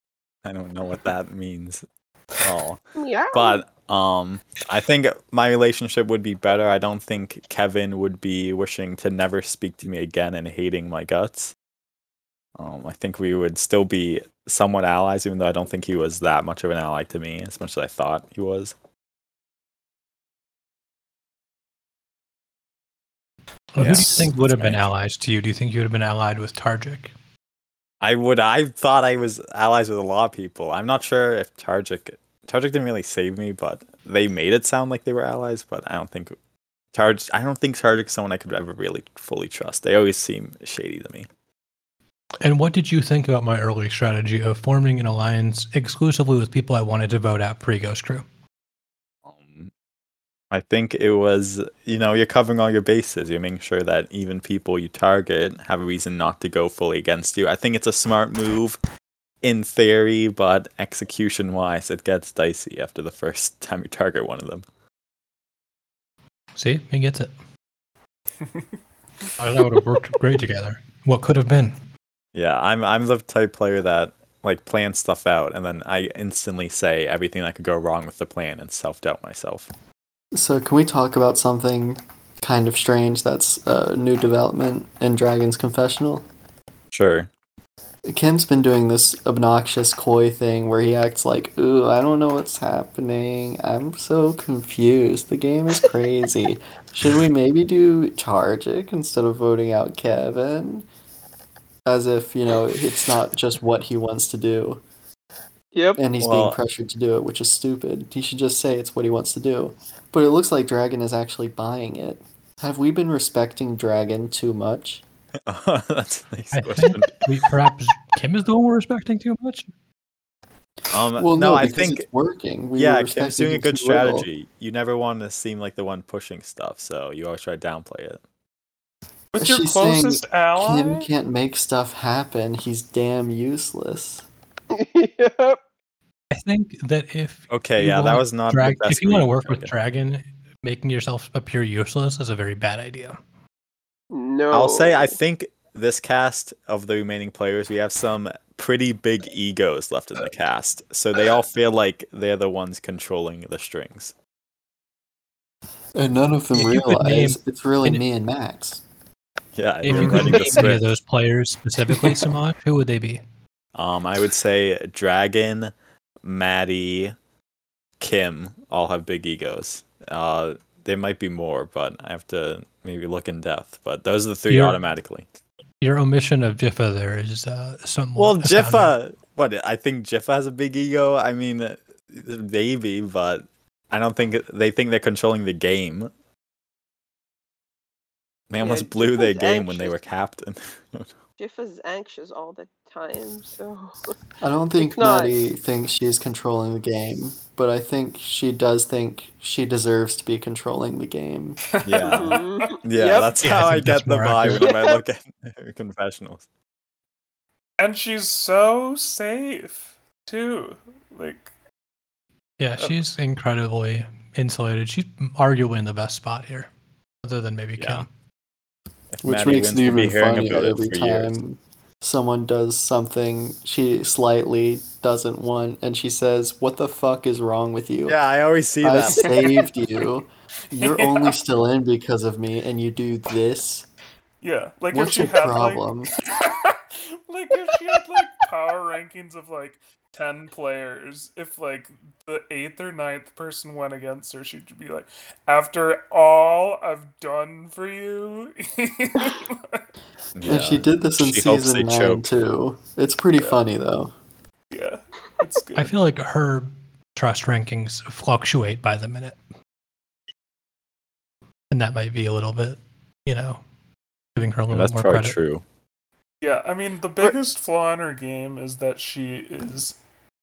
I don't know what that means at all. Yeah. But um I think my relationship would be better. I don't think Kevin would be wishing to never speak to me again and hating my guts. Um I think we would still be somewhat allies even though I don't think he was that much of an ally to me as much as I thought he was. Well, Who do you Yes. think would have been allies to you? Do you think you would have been allied with Targic? I would I thought I was allies with a lot of people. I'm not sure if Targic Targic didn't really save me, but they made it sound like they were allies, but I don't think Targ I don't think Targic's someone I could ever really fully trust. They always seem shady to me. And what did you think about my early strategy of forming an alliance exclusively with people I wanted to vote out pre Ghost Crew? Um, I think it was, you know, you're covering all your bases. You're making sure that even people you target have a reason not to go fully against you. I think it's a smart move in theory, but execution wise, it gets dicey after the first time you target one of them. See, he gets it. I that would have worked great together. What could have been? Yeah, I'm I'm the type player that like plans stuff out and then I instantly say everything that could go wrong with the plan and self doubt myself. So, can we talk about something kind of strange that's a new development in Dragon's Confessional? Sure. Kim's been doing this obnoxious coy thing where he acts like, ooh, I don't know what's happening. I'm so confused. The game is crazy. Should we maybe do Chargic instead of voting out Kevin? As if, you know, it's not just what he wants to do. Yep. and he's Well- being pressured to do it, which is stupid. He should just say it's what he wants to do. But it looks like Dragon is actually buying it. Have we been respecting Dragon too much? That's a nice I question. think we, perhaps Kim is the one we're respecting too much. Um Well, no, no I because think it's working. We yeah, were Kim's respecting doing a him good too little. strategy. You never want to seem like the one pushing stuff, so you always try to downplay it. With your She's saying closest ally? Kim can't make stuff happen. He's damn useless. yep. I think that if Okay, You yeah, that want was not drag, the best if you want to read, work with Dragon. Dragon, making yourself appear useless is a very bad idea. No. I'll say Oh. I think this cast of the remaining players, we have some pretty big egos left in the cast, so they all feel like they're the ones controlling the strings. And none of them If you could realize it's really and- me and Max. Yeah, If we're you could name writing the any of script. those players specifically, Samaj, who would they be? Um, I would say Dragon, Maddie, Kim all have big egos. Uh, there might be more, but I have to maybe look in depth. But those are the 3 You're- automatically. Your omission of Jiffa there is uh, somewhat. Well, astounding. Jiffa, what I think Jiffa has a big ego. I mean, maybe, but I don't think they think they're controlling the game. They Yeah, almost blew their Jiffa's game when they anxious. were captain. Jiff is anxious all the time, so I don't think It's not- Maddie thinks she's controlling the game, but I think she does think she deserves to be controlling the game. yeah, Mhm. yeah, Yep. that's Yeah, I how I think that's get the more vibe accurate. when I look at their confessionals. And she's so safe, too. Like, Yeah, she's incredibly insulated. She's arguably in the best spot here, other than maybe Yeah. Kim. Which Maddie makes wins, it we'll be even hearing funnier about it every for years. time someone does something she slightly doesn't want, and she says, "What the fuck is wrong with you? Yeah, I always see I that. saved you. You're Yeah. only still in because of me, and you do this. Yeah, like What's if she your had problem?" like, like if she had like power rankings of like ten players, if like the eighth or ninth person went against her, she'd be like, "After all I've done for you." Yeah. And she did this in She hopes season they nine choke. too. It's pretty funny though. yeah, it's good. I feel like her trust rankings fluctuate by the minute. And that might be a little bit, you know, giving her a little That's more probably credit. true. Yeah, I mean, the biggest flaw in her game is that she is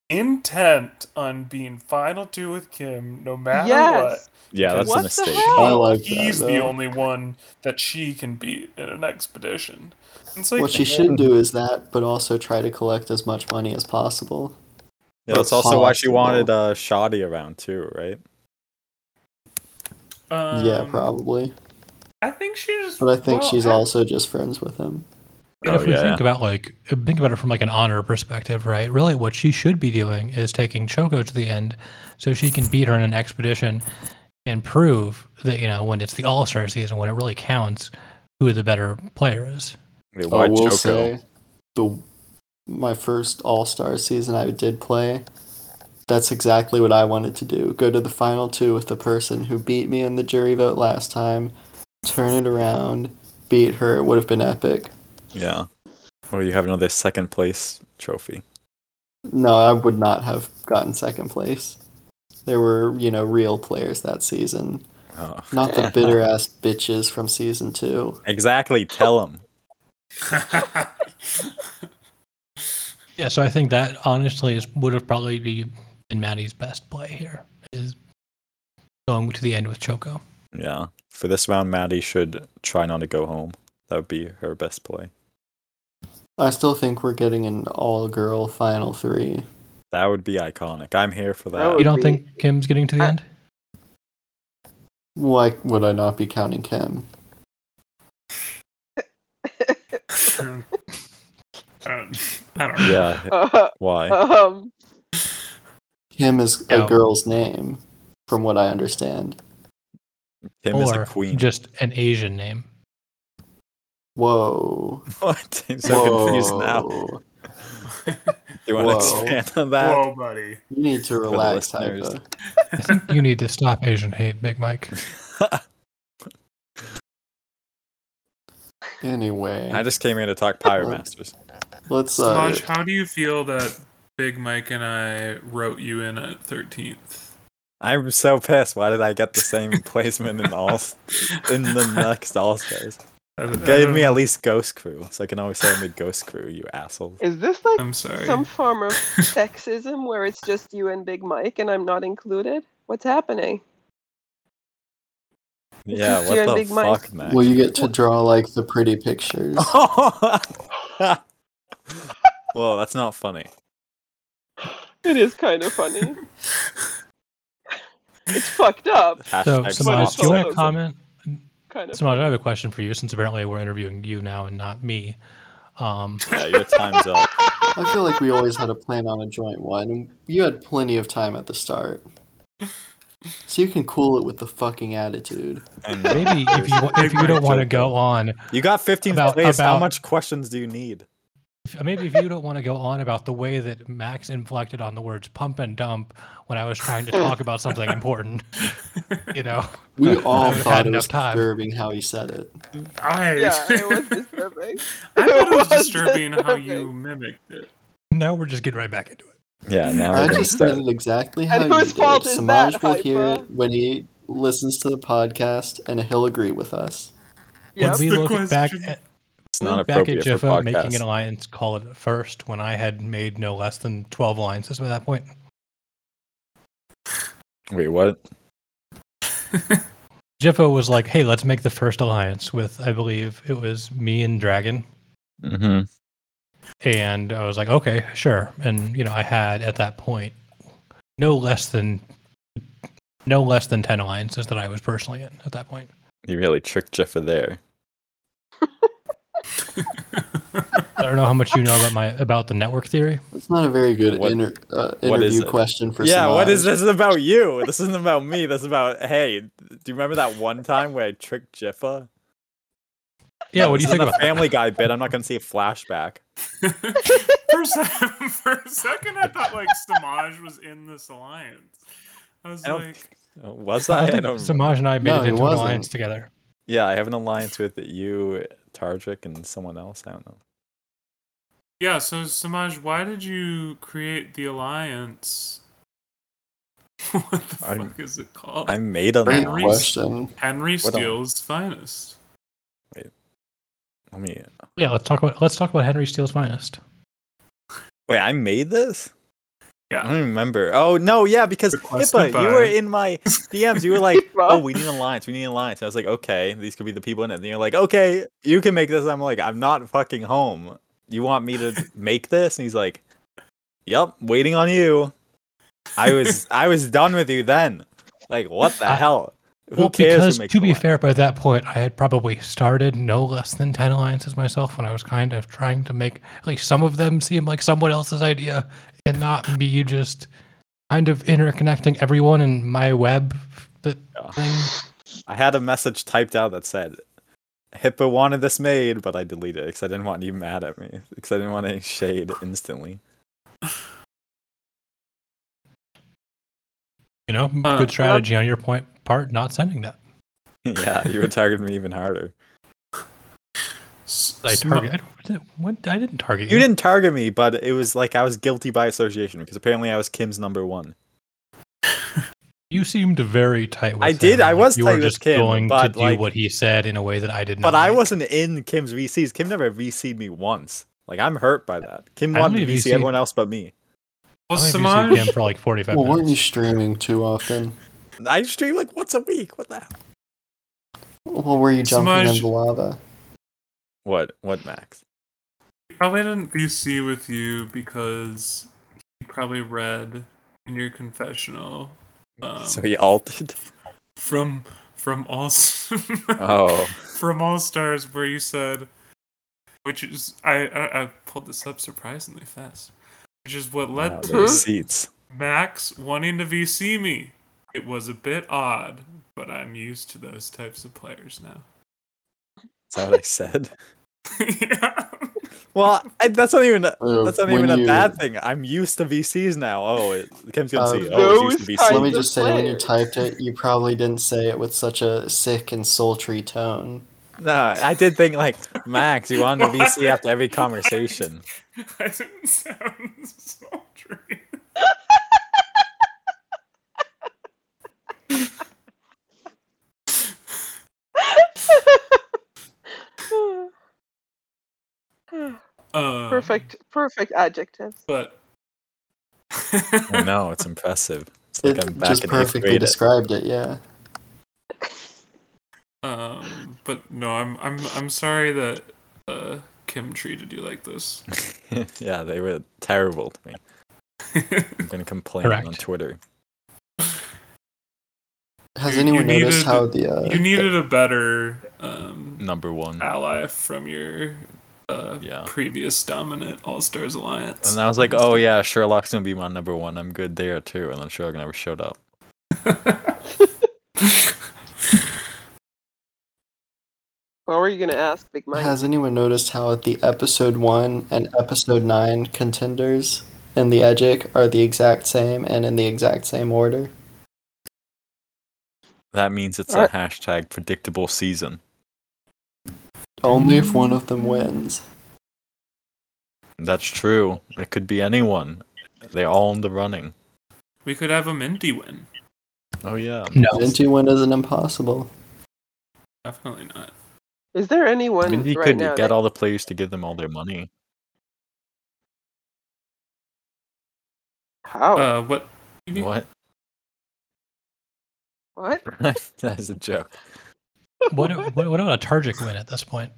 intent on being final two with Kim no matter Yes. Yeah, that's What a the mistake. hell? I like what. He's that. the though. only one that she can beat in an expedition. It's like, What she should do is that, but also try to collect as much money as possible. Yeah, that's also why she wanted uh, Shoddy around too, right? um, yeah, probably. I think she just. But I think well, she's I- also just friends with him. And Oh, if we yeah, think about like think about it from like an honor perspective, right? Really, what she should be doing is taking Choco to the end, so she can beat her in an expedition, and prove that you know when it's the All Star season when it really counts, who the better player is. Wait, I why will Choco? say, the my first All Star season I did play. That's exactly what I wanted to do. Go to the final two with the person who beat me in the jury vote last time, turn it around, beat her. It would have been epic. Yeah. Or you have another second place trophy. No, I would not have gotten second place. There were, you know, real players that season, Oh. not the bitter ass bitches from season two. Exactly. Tell him. Yeah, so I think that honestly is, would have probably be been Maddie's best play here is going to the end with Choco. Yeah. For this round, Maddie should try not to go home. That would be her best play. I still think we're getting an all girl final three. That would be iconic. I'm here for that. That You would- don't be- think Kim's getting to the I- end? Why would I not be counting Kim? I don't, I don't know. Yeah. Uh, Why? um, Kim is No. a girl's name, from what I understand. Him is a or queen. just an Asian name? Whoa. What? I'm so confused now. Do Whoa. you want to Whoa. expand on that? Whoa, buddy. You need to relax, listeners. Hypa. I think you need to stop Asian hate, Big Mike. Anyway, I just came here to talk Pyromasters. let's uh, Samaj, how do you feel that Big Mike and I wrote you in at 13th? I'm so pissed. Why did I get the same placement in all in the next All Stars? I- I Gave don't- me at least Ghost Crew, so I can always say I'm the Ghost Crew. You assholes. is this like I'm sorry. some form of sexism where it's just you and Big Mike and I'm not included? What's happening? Yeah. You're What the Big Mike. fuck, man? well, you get to draw like the pretty pictures. Whoa, that's not funny. It is kind of funny. it's fucked up, So, Hashtag Samaj, stop do you want to sexism. comment? kind of. Samaj, I have a question for you since apparently we're interviewing you now and not me. Um, Yeah, your time's up. I feel like we always had a plan on a joint one. You had plenty of time at the start, so you can cool it with the fucking attitude. And maybe if you wa- if you don't want to go on, you got 15th About- place, how about- much questions do you need? if- maybe if you don't want to go on about the way that Max inflected on the words pump and dump when I was trying to talk about something important, you know, We I all haven't had thought it enough was time. disturbing how he said it. I, Yeah, it was disturbing. I thought it was It was disturbing how you disturbing. mimicked it. now we're just getting right back into it. Yeah, now I we're gonna just said start. it exactly how And you whose did. fault is Samaj that, will hear Hypa? it when he listens to the podcast, and he'll agree with us. Yep. What's When we the look back question? at It's we not look back at appropriate for Jiffa making podcast. an alliance call it first when I had made no less than twelve alliances by that point. Wait, what? Jiffa was like, "Hey, let's make the first alliance with I believe it was me and Dragon." Mm-hmm. and I was like, okay, sure. And you know, I had at that point no less than no less than ten alliances that I was personally in at that point. You really tricked Jiffa there. don't know how much you know about my about the network theory. That's not a very good What- inter, uh, what is interview it? question for yeah, what is Samaj. this about you? This isn't about me. This is about hey. Do you remember that one time where I tricked Jiffa? Yeah, what do you This think isn't a about that? Family Guy bit? I'm not gonna see a flashback. for, a second, for a second, I thought like Samaj was in this alliance. I was I don't- like, Was I I? I think don't Samaj and I made No, it he into an wasn't. alliance together. Yeah, I have an alliance with you, Tardrick, and someone else. I don't know. yeah. So Samaj, why did you create the alliance? what the I'm- fuck is it called? I made an Great Henry's- alliance. question. Henry What Steele's finest. Let me. Yeah, let's talk about let's talk about Henry Steele's finest. Wait, I made this. Yeah. I don't remember. Oh no, yeah, because Requested Hippa, by- you were in my DMs. You were like, Hippa. "Oh, we need an alliance. We need an alliance." I was like, "Okay, these could be the people in it." And you're like, "Okay, you can make this." I'm like, "I'm not fucking home. You want me to make this?" And he's like, "Yep, waiting on you." I was I was done with you then. Like, what the I- hell? Who well, cares? who because makes to the be alliance? fair, by that point, I had probably started no less than ten alliances myself when I was kind of trying to make at least some of them seem like someone else's idea and not me just kind of interconnecting everyone in my web that Yeah. thing. I had a message typed out that said, "Hippo wanted this made, but I deleted it because I didn't want you mad at me because I didn't want any shade instantly." You know, Uh, good strategy on your point part, not sending that. yeah, you were targeting me even harder. S- I Sam- target. I don't- what did- What I didn't target You didn't target me, but it was like I was guilty by association because apparently I was Kim's number one. You seemed very tight with I him, did, I like was you tight were with just Kim, going but, to like- do what he said in a way that I did not. But I like. wasn't in Kim's VCs. Kim never VC'd me once. Like I'm hurt by that. Kim I wanted to only VC VC'd everyone else but me. I Well, only Samaj, VC'd him for like forty-five Well, weren't you minutes. streaming too often? I stream like once a week. What the hell? Well, were you jumping Samaj- into lava? What? What, Max? probably didn't VC with you because he probably read in your confessional um, so he altered. from from all s- Oh, from all stars where you said, which is I I, I pulled this up surprisingly fast, which is what led wow, to the receipts. Max wanting to VC me. It was a bit odd, but I'm used to those types of players now. Is that what I said? yeah. Well, I, that's not even. Uh, That's not when even a you- bad thing. I'm used to VCs now. Oh, it, Kim's gonna Uh, see. Oh, those it's used to kinds Let VCs. me the just say, when you players. typed it, you probably didn't say it with such a sick and sultry tone. No, I did think like Max, you wanted a VC after every conversation. That didn't sound sultry. Um, perfect, perfect adjectives. But Oh, no, it's impressive. It's like It I'm back just in eighth perfectly grade. described it, yeah. um, but no, I'm I'm I'm sorry that uh, Kim treated you like this. yeah, they were terrible to me. I'm gonna complain on Correct. Twitter. Has You- you anyone needed- noticed how the uh, you needed a better um, Number one. ally from your uh, Yeah. previous dominant All Stars alliance. And I was like, oh yeah, Sherlock's gonna be my number one. I'm good there too. And then Sherlock never showed up. What were you gonna ask, Big Mike? has anyone noticed how at the episode one and episode nine contenders in the Edgic are the exact same and in the exact same order? That means it's a Alright. hashtag predictable season. Only if one of them wins. That's true. It could be anyone. They're all in the running. we could have a Minty win. Oh yeah. No, Minty win isn't impossible. Definitely not. Is there anyone Maybe you right could now? get that- all the players to give them all their money. How? Uh, what? Maybe- What? what? That's a joke. what, what what about a Targic win at this point?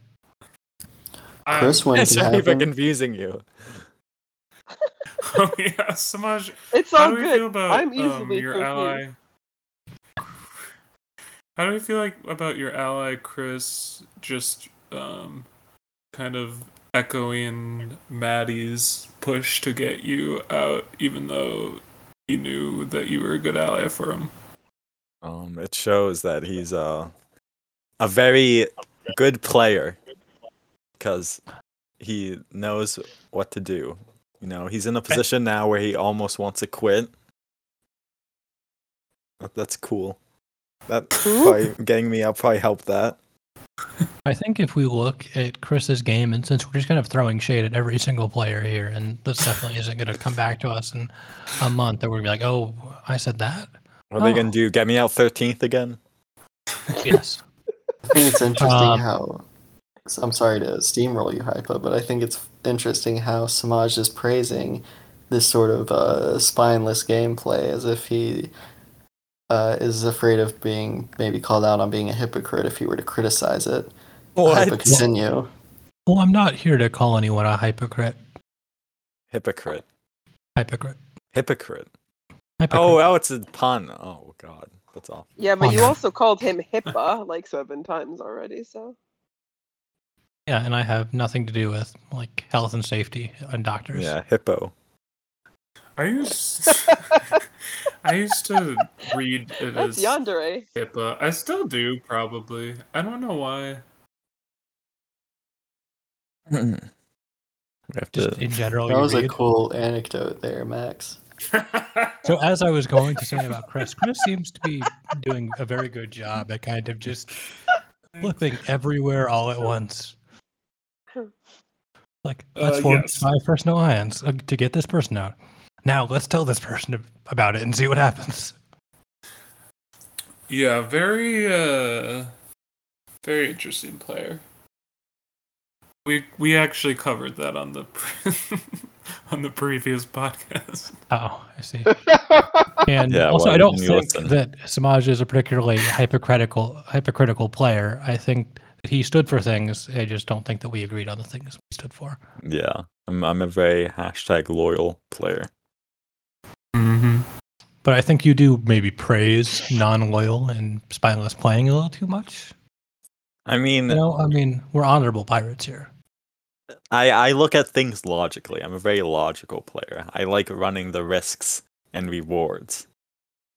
I- Chris win It's can not even happen. confusing you. oh yeah, Samaj. It's How all do we feel good. about I'm um, easily your confused. ally? How do we feel like about your ally Chris just um, kind of echoing Maddie's push to get you out, even though he knew that you were a good ally for him. Um, it shows that he's uh, a very good player because he knows what to do. You know, he's in a position now where he almost wants to quit. That- That's cool. That probably getting me up probably helped that. I think if we look at Chris's game, and since we're just kind of throwing shade at every single player here, and this definitely isn't going to come back to us in a month, that we're going to be like, oh, I said that? What are they Oh. gonna do? Get me out thirteenth again? Yes. I think it's interesting Um, how. I'm sorry to steamroll you, Hypa, but I think it's interesting how Samaj is praising this sort of uh, spineless gameplay as if he uh, is afraid of being maybe called out on being a hypocrite if he were to criticize it. Hypa, continue. Well, I'm not here to call anyone a hypocrite. Hypocrite. Hypocrite. Hypocrite. hypocrite. Oh, oh, it's a pun. Oh God, that's awful. Yeah, but you Honor. also called him HIPAA like seven times already, so. yeah, and I have nothing to do with like health and safety and doctors. Yeah, hippo. I used I used to read it That's as Yandere. HIPAA. I still do probably. I don't know why. we have Just to. in general. That Oh, you was a read. cool anecdote there, Max. So as I was going to say about Chris, Chris seems to be doing a very good job at kind of just flipping everywhere all at once. Like Uh, let's form yes. five personal alliance uh, to get this person out. Now let's tell this person ab- about it and see what happens. yeah, very uh very interesting player. We we actually covered that on the pre- on the previous podcast. Oh, I see. I And Yeah, also, why I don't didn't you think listen? that Samaj is a particularly hypocritical hypocritical player. I think that he stood for things. I just don't think that we agreed on the things he stood for. Yeah, I'm. I'm a very hashtag loyal player. Mm-hmm. But I think you do maybe praise non-loyal and spineless playing a little too much. I mean, You know, I mean, we're honorable pirates here. I I look at things logically. I'm a very logical player. I like running the risks and rewards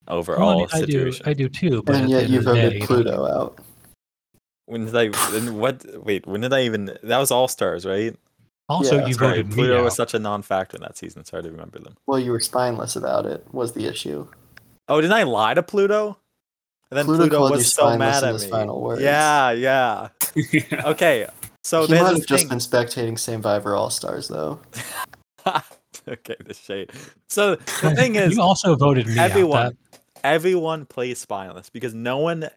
over Well, I, all mean, I do, situations. I do too. But at And the yet end you of the voted day, Pluto out. When did I? When, what? Wait, when did I even? That was All Stars, right? Also, Yeah, you That's right. voted me Pluto out. was such a non-factor in that season. It's hard to remember them. Well, you were spineless about it, was the issue. Oh, didn't I lie to Pluto? And then Pluto Pluto, called you was so spineless mad in at his me. final words. Yeah, yeah. yeah. Okay, so he there's might this have just thing. been spectating Survivor All Stars, though. okay, the shade. So the thing is, you also voted me out. everyone That- everyone plays spineless because no one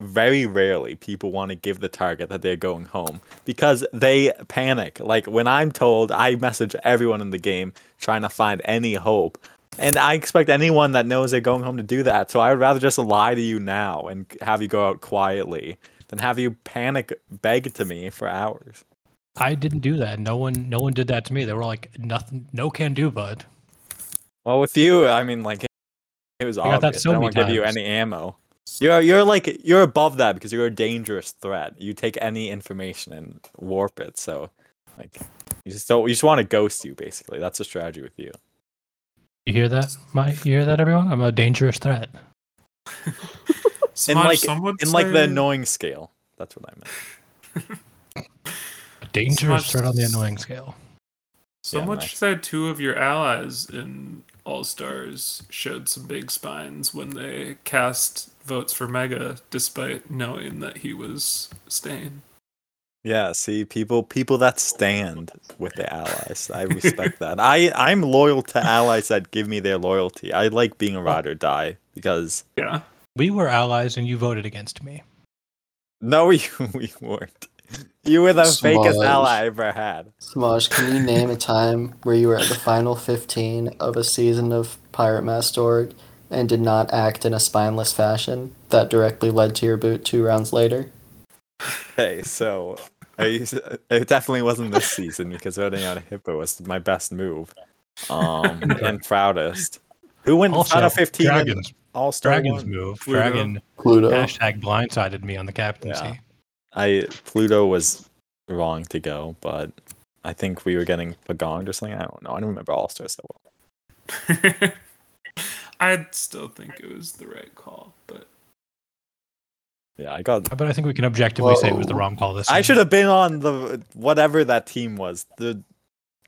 very rarely people want to give the target that they're going home because they panic like when i'm told i message everyone in the game trying to find any hope and i expect anyone that knows they're going home to do that so i would rather just lie to you now and have you go out quietly than have you panic beg to me for hours I didn't do that. No one, no one did that to me. They were like, nothing, no can do, bud. well with you i mean like it was got that obvious so i don't many want to give you times. any ammo You're you're like you're above that because you're a dangerous threat. You take any information and warp it. So, like, you just don't. You just want to ghost you. Basically, that's the strategy with you. You hear that, Mike? You hear that, everyone? I'm a dangerous threat. Smudge, like- some would In like the say- annoying scale. That's what I meant. A dangerous much- threat on the annoying scale. So Yeah, much nice. that two of your allies in All Stars showed some big spines when they cast votes for Mega, despite knowing that he was staying. Yeah. See, people people that stand with their allies. I respect that. I I'm loyal to allies that give me their loyalty. I like being a ride or die because Yeah. We were allies, and you voted against me. no, you we weren't. You were the fakest Smudge. ally I ever had. Samaj, can you name a time where you were at the final 15 of a season of Pirate Mastorg and did not act in a spineless fashion that directly led to your boot two rounds later? Hey, so I used- it definitely wasn't this season because voting out a hippo was my best move, um, and proudest. Who went Also, out of fifteen? dragons, All star. dragons move. Pluto. Dragon Pluto. hashtag blindsided me on the captaincy. Yeah. I Pluto was wrong to go, but I think we were getting pagonged or something. I don't know. I don't remember All Stars that well. I'd still think it was the right call, but Yeah, I got. Uh, But I think we can objectively say it was the Whoa. wrong call this time. I should have been on the whatever that team was, the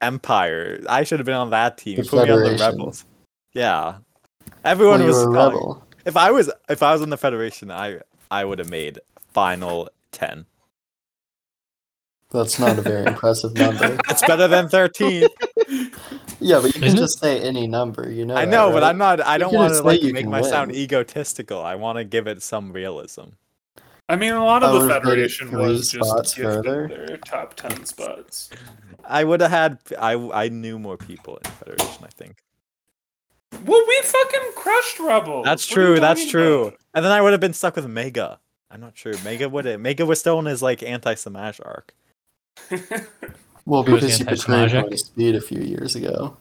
Empire. I should have been on that team. The Put me on the Federation. Rebels. Yeah, everyone Well, you was were a calling- rebel. If I was if I was on the Federation, I I would have made final ten. That's not a very impressive number. It's better than thirteen. Yeah, but you can Isn't it? just say any number. You know. I that, know, but right? I'm not. I You don't can want to just like say you make can my sound win. egotistical. I want to give it some realism. I mean, a lot I of the would've made it Federation three was spots just gifted further. their top ten spots. I would have had. I I knew more people in Federation. I think Well, we fucking crushed Rebels. that's What are you true. That's talking true. about? And then I would have been stuck with Mega. I'm not sure. Mega would have. Mega was still in his like anti-Samash arc. Well, Who was because you betrayed anti-Semitic? my speed a few years ago.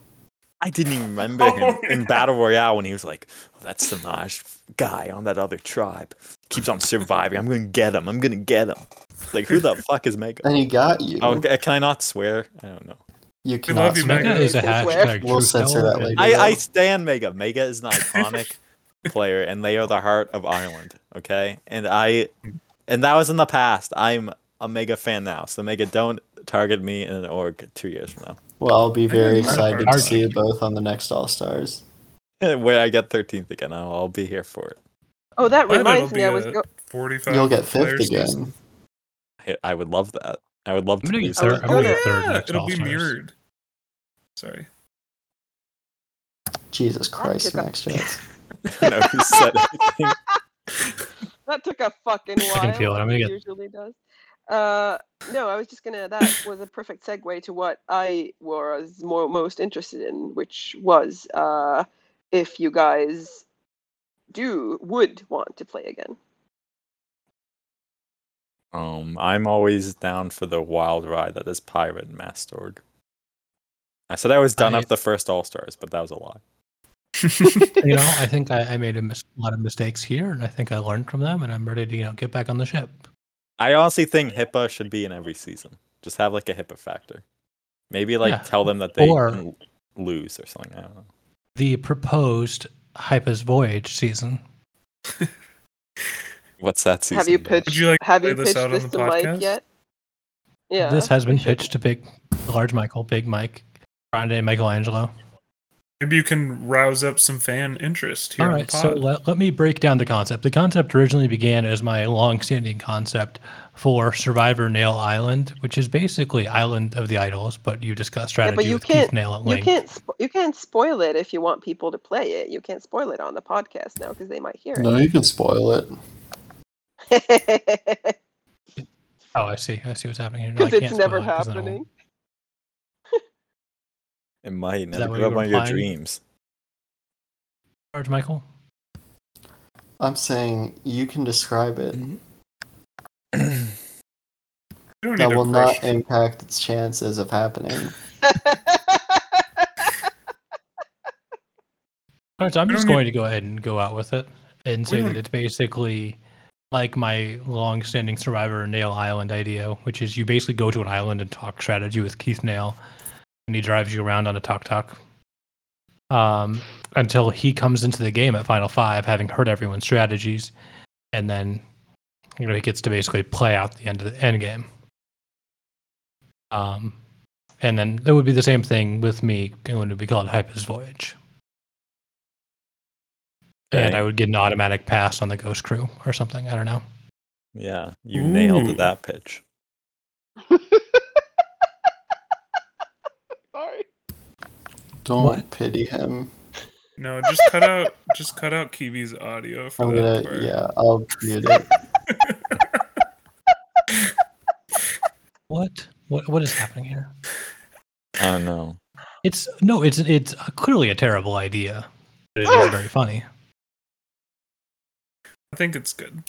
I didn't even remember him Oh, in Battle Royale when he was like, oh, "That Samash guy on that other tribe keeps on surviving. I'm gonna get him. I'm gonna get him." Like, who the fuck is Mega? And he got you. Oh, ca- can I not swear? I don't know. You We love cannot. you, swear. Megan. Mega is a Swear. hashtag. We'll truth censor teller, that and- later. I, I Yeah. stand Mega. Mega is an iconic player, and they are the heart of Ireland. Okay, and I, and that was in the past. I'm a Mega fan now, so Mega, don't target me in an org two years from Well, I'll be very Megan Carter. excited to see you both on the next All Stars. now. Where I get 13th again, I'll, I'll be here for it. Oh, that Well, reminds it'll me. be I was a go- Forty-five. You'll get fifth players again. season. I, I would love that. I would love I'm to. gonna be get there. third. I'm gonna yeah, get third. Next it'll be All-Stars. mirrored. Sorry. Jesus That Christ, took a- Max Jets. I don't know who said anything. that took a fucking while. I can feel it. I'm gonna get- usually does. Uh, no, I was just gonna. That was a perfect segue to what I was more most interested in, which was uh, if you guys do would want to play again. Um, I'm always down for the wild ride that is Pirate Master Org. I said I was done I- after the first All Stars, but that was a lie. you know, I think I, I made a, mis- a lot of mistakes here, and I think I learned from them, and I'm ready to you know get back on the ship. I honestly think HIPAA should be in every season. Just have like a HIPAA factor. Maybe like Yeah. tell them that they Or- can lose or something. I don't know. The proposed Hypa's Voyage season. What's that season? Have you about? Would pitched? you like Have play you this pitched out on this, the to Mike podcast? yet? Yeah. This has been pitched to Big, Large Michael, Big Mike, Grande Michelangelo. Maybe you can rouse up some fan interest here. All on right, the so pod. let, let me break down the concept. The concept originally began as my long-standing concept for Survivor Nail Island, which is basically Island of the Idols, but you discuss strategy you with can't- Keith Nail at you length. can't spo- you can't spoil it if you want people to play it. You can't spoil it on the podcast now because they might hear No, you can spoil it. it. Oh, I see. I see what's happening here. No, I Because it's can't never spoil it 'cause then I won't- happening. It might. that Now. what Give you up were on your implying? dreams. Large Michael. I'm saying you can describe it. You don't That need to will not crush- impact its chances of happening. All right, so I'm We just don't need- going to go ahead and go out with it and say that don't- it's basically like my long-standing Survivor Nail Island idea, which is you basically go to an island and talk strategy with Keith Nail, and he drives you around on a tok tok um, until he comes into the game at Final Five, having heard everyone's strategies, and then you know he gets to basically play out the end of the end game. Um, and then it would be the same thing with me. It would be called Hyper's Voyage and Okay. I would get an automatic pass on the Ghost Crew or something. I don't know. Yeah, you nailed Ooh. that pitch. Sorry. Don't What? pity him. No, just cut out. Just cut out Kiwi's audio for I'm that gonna, part. yeah, I'll mute it. What? What? What is happening here? I don't know. It's no. It's it's clearly a terrible idea. But it is very funny. I think it's good.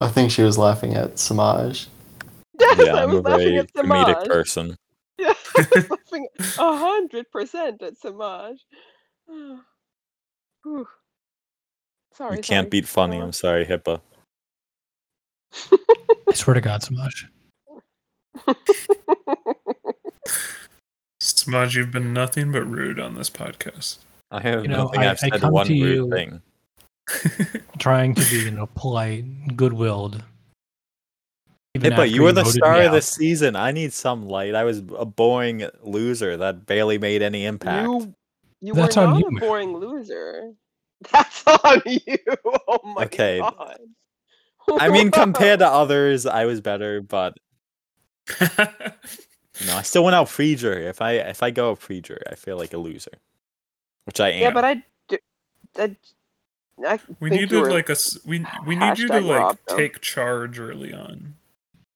I think she was laughing at Samaj. Yes, Yeah, I I'm was a laughing very at comedic Samaj. person. Yeah, I was laughing a hundred percent at Samaj. Whew. sorry. You can't sorry. beat funny. Samaj. I'm sorry, HIPAA. I swear to God, so much. Samaj, you've been nothing but rude on this podcast. I have You know, nothing. I- I've I said come one to rude you- thing. trying to be, you know, polite, good-willed. Hey, even but you after were the voted me star of out. this season. I need some light. I was a boring loser that barely made any impact. You, you That's were on not you, a Mary. boring loser. That's on you. Oh my Okay. god. I mean, compared to others, I was better, but no, I still went out pre jury. If I if I go out pre jury, I feel like a loser, which I am. yeah, but I, d- I, I we need think you to were- like us. We we need you to Hashtag like robbed them. take charge early on.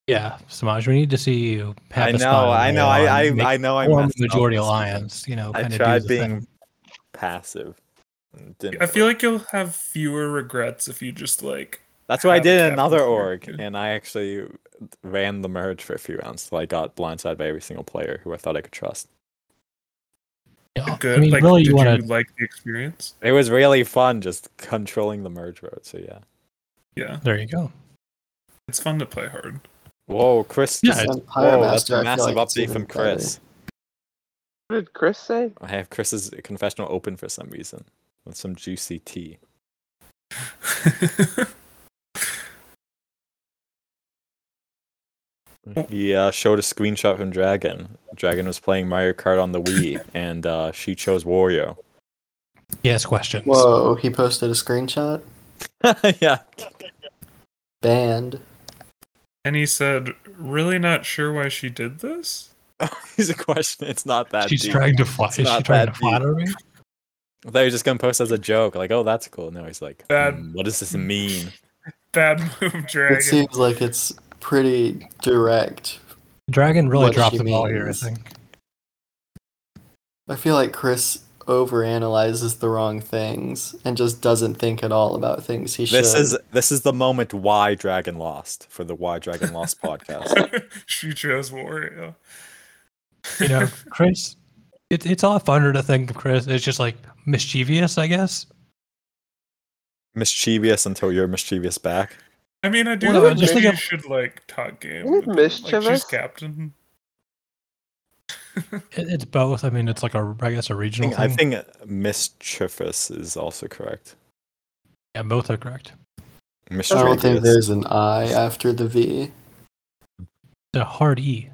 Yeah, Samaj, we need to see you. Have I a know, spot on I the know, wall I and make- I, I know I form messed a up majority this alliance. You know, season. kind I of tried being passive. and Didn't I feel work. like you'll have fewer regrets if you just like that's what I have did in Captain another Kirk. org, and I actually ran the merge for a few rounds till I got blindsided by every single player who I thought I could trust. good. I mean, like, really, did you you want to? like the experience? It was really fun just controlling the merge road. So yeah. Yeah, There you go. it's fun to play hard. Whoa, Chris! Yeah, Just, it's- On Pyromaster, whoa, Oh, that's I a feel massive like it's update even from Chris. What did Chris say? I have Chris's confessional open for some reason with some juicy tea. Mm. He uh, showed a screenshot from Dragon. Dragon was playing Mario Kart on the Wii, and uh, she chose Wario. Yes, questions. Whoa, he posted a screenshot? yeah, Banned. and he said, "Really not sure why she did this." he's a question. It's not that She's deep. trying to fly. Is she not trying to that flatter me? I thought he was just gonna post as a joke, like, "Oh, that's cool." No, he's like, Bad. "Hmm, "What does this mean?" Bad move, It Dragon. seems like it's pretty direct. Dragon really What dropped she the ball here. I means. think. I feel like Chris overanalyzes the wrong things and just doesn't think at all about things he should. This is this is the moment why Dragon lost for the Why Dragon Lost podcast. she chose Wario. You know, Chris. It, it's a lot funner to think of Chris. It's just like mischievous, I guess. mischievous until you're mischievous back. I mean, I do Well, no, think just maybe like you a- should like talk game. Isn't with it him. Like, she's mischievous? captain. It, it's both. I mean, it's like a, I guess, a I regional think, I thing. think mischievous is also correct. yeah, both are correct. I don't think Mischievous. there's an I after the V. It's a hard E.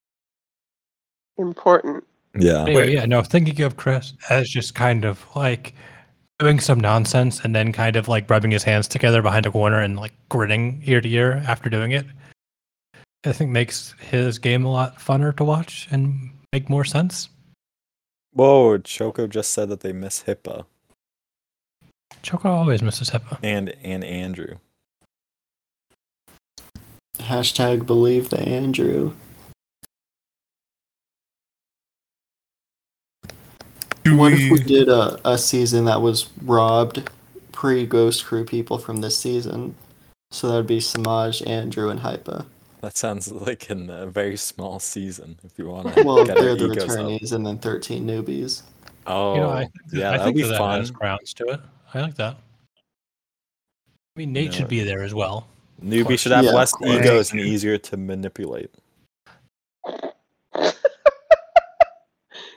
Important. Yeah. Anyway, Wait. yeah, no, thinking of Chris as just kind of like doing some nonsense and then kind of like rubbing his hands together behind a corner and like grinning ear to ear after doing it, I think makes his game a lot funner to watch and make more sense. Whoa, Choco just said that they miss HIPAA Choco always misses HIPAA. and and Andrew. Hashtag believe the Andrew. Do What if we we? did a, a season that was robbed pre Ghost Crew people from this season? So that would be Samaj, Andrew, and Hypa. That sounds like in a very small season. If you want to Well, get our they're the egos up. returnees and then 13 newbies. Oh, you know, I think, yeah, I that'd think be that, that fun. has grounds to it. I like that. I mean, Nate know should it. be there as well. Newbie should have Yeah, of less course. egos and easier to manipulate. Not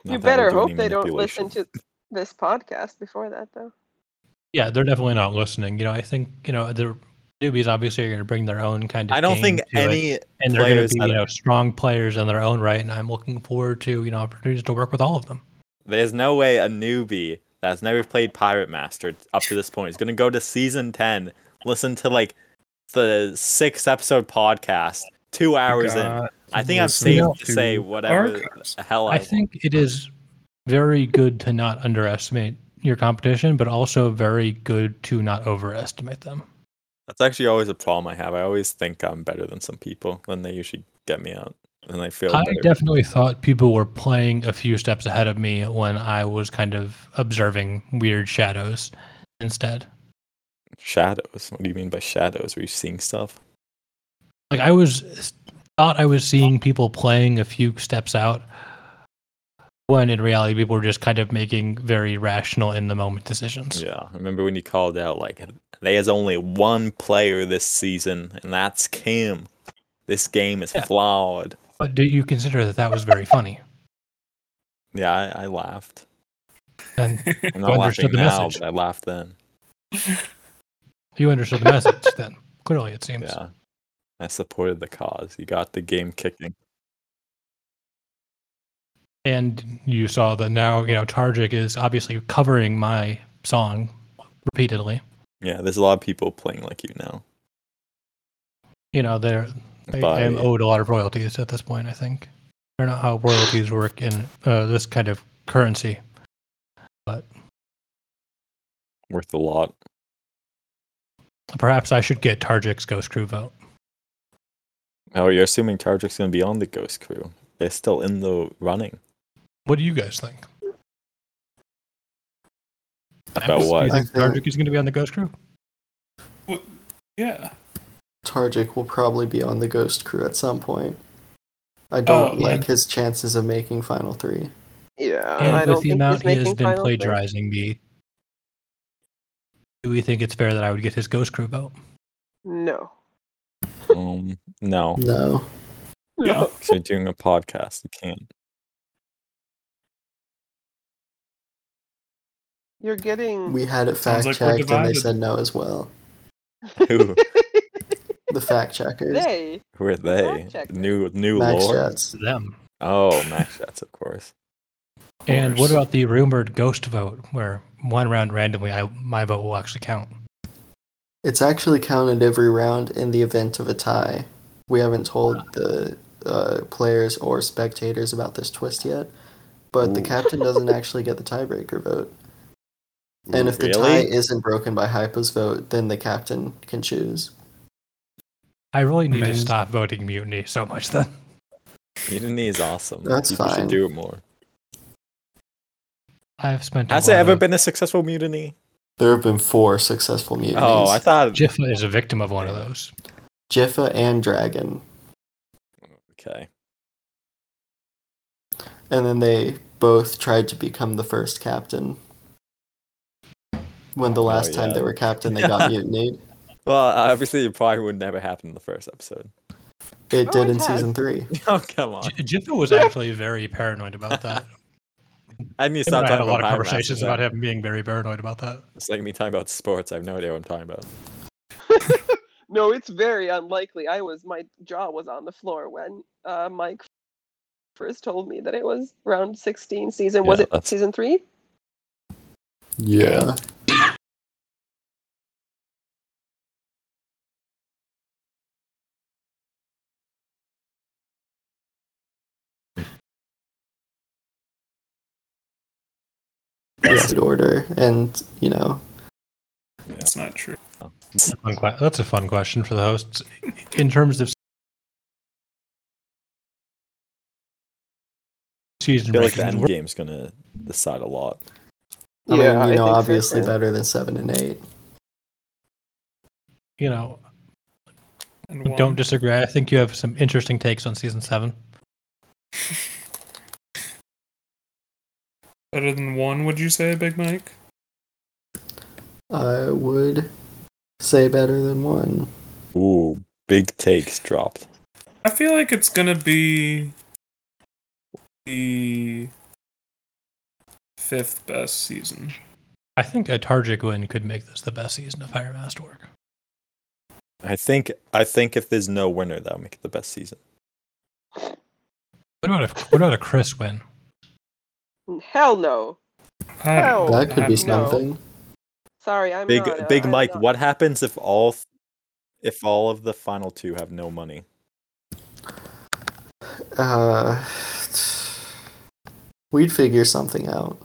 you that I better do any hope they don't manipulation. listen to this podcast before that, though. Yeah, they're definitely not listening. You know, I think you know the newbies obviously are going to bring their own kind of. I don't game think to it. any. and they're going players to be that you are- know strong players in their own right and i'm looking forward to you know opportunities to work with all of them There's no way a newbie that's never played Pirate Master up to this point is gonna go to season ten, listen to like the six episode podcast, two hours in. God, I think I'm listen safe to say to whatever archives. the hell I, i think it is very good to not underestimate your competition but also very good to not overestimate them That's actually always a problem I have. I always think I'm better than some people, and they usually get me out, and I feel i better. definitely thought people were playing a few steps ahead of me when i was kind of observing weird shadows instead shadows. What do you mean by shadows? Were you seeing stuff? like i was thought i was seeing people playing a few steps out when in reality people were just kind of making very rational in the moment decisions Yeah, I remember when you called out like there's only one player this season, and that's Kim. This game is Yeah. flawed. But do you consider that that was very funny? Yeah, I, I laughed. Then I'm You not laughing understood the now, message. but I laughed then. you understood the message. Then clearly, it seems. Yeah. I supported the cause. You got the game kicking. And you saw that now, you know, Targic is obviously covering my song repeatedly. Yeah, there's a lot of people playing like you now. You know, they're I, I am By- owed a lot of royalties at this point. I think I don't know how royalties work in uh, this kind of currency. worth a lot. Perhaps I should get Targic's Ghost Crew vote. Oh, you're assuming Targic's going to be on the Ghost Crew. They're still in the running. What do you guys think? About what? You think I think- Targic is going to be on the Ghost Crew? Yeah. Targic will probably be on the Ghost Crew at some point. I don't Oh, yeah. like his chances of making Final Three. Yeah, Uh, And I don't with the think he's amount he has making been final. three. plagiarizing me, do we think it's fair that I would get his Ghost Crew vote? No. Um, no, No. Yeah. No. 'cause you're doing a podcast. You can't. You're getting We had it Hmm. Sounds fact like we're checked and they divided. said no as well. Who, The fact checkers. they. who are they? Fact check. New new Max lore? Jets. Them. Oh, Max Jets, of course. And course. what about the rumored Ghost vote, where one round randomly, I my vote will actually count? It's actually counted every round in the event of a tie. We haven't told the uh, players or spectators about this twist yet, but the Ooh. captain doesn't actually get the tiebreaker vote. And if the tie really? isn't broken by Hypa's vote, then the captain can choose. I really need to Amazing. stop voting mutiny so much then. Mutiny is awesome. That's People fine. should do it more. I've spent. a Has there lot ever of- been a successful mutiny? There have been four successful mutinies. Oh, I thought. Jiffa is a victim of one of those. Jiffa and Dragon. Okay. And then they both tried to become the first captain. When the Oh, last time yeah. they were captain, they got mutinied. Well, obviously, it probably would never happen in the first episode. It Oh, did it in has. season three. Oh, come on. J- Jiffa was actually very paranoid about that. I need to Him and stop I had talking a lot about of High conversations Masters. about him being very paranoid about that. It's like me talking about sports. I have no idea what I'm talking about. No, it's very unlikely. I was my jaw was on the floor when uh, Mike first told me that it was round 16 season. was Yeah, it that's- season three? Yeah. That's the order, and you know, It's not true. Fun que- That's a fun question for the hosts. In terms of I season feel like the rankings, end we're- game's gonna decide a lot. I Yeah, I mean, you know, think so, obviously too. better than seven and eight. you know, And don't one- disagree. I think you have some interesting takes on season seven. better than one, would you say, Big Mike? I would say better than one. Ooh, big takes dropped. I feel like it's gonna be the fifth best season. I think a Targic win could make this the best season of Fire Masterwork. I think I think if there's no winner, that'll make it the best season. What about a what about a Chris win? Mm, Hell no. I don't Oh, that could I be don't know. something. Sorry, I'm Mm. Big not a- Big I'm Mike, not- what happens if all if all of the final two have no money? Uh, we'd figure something out.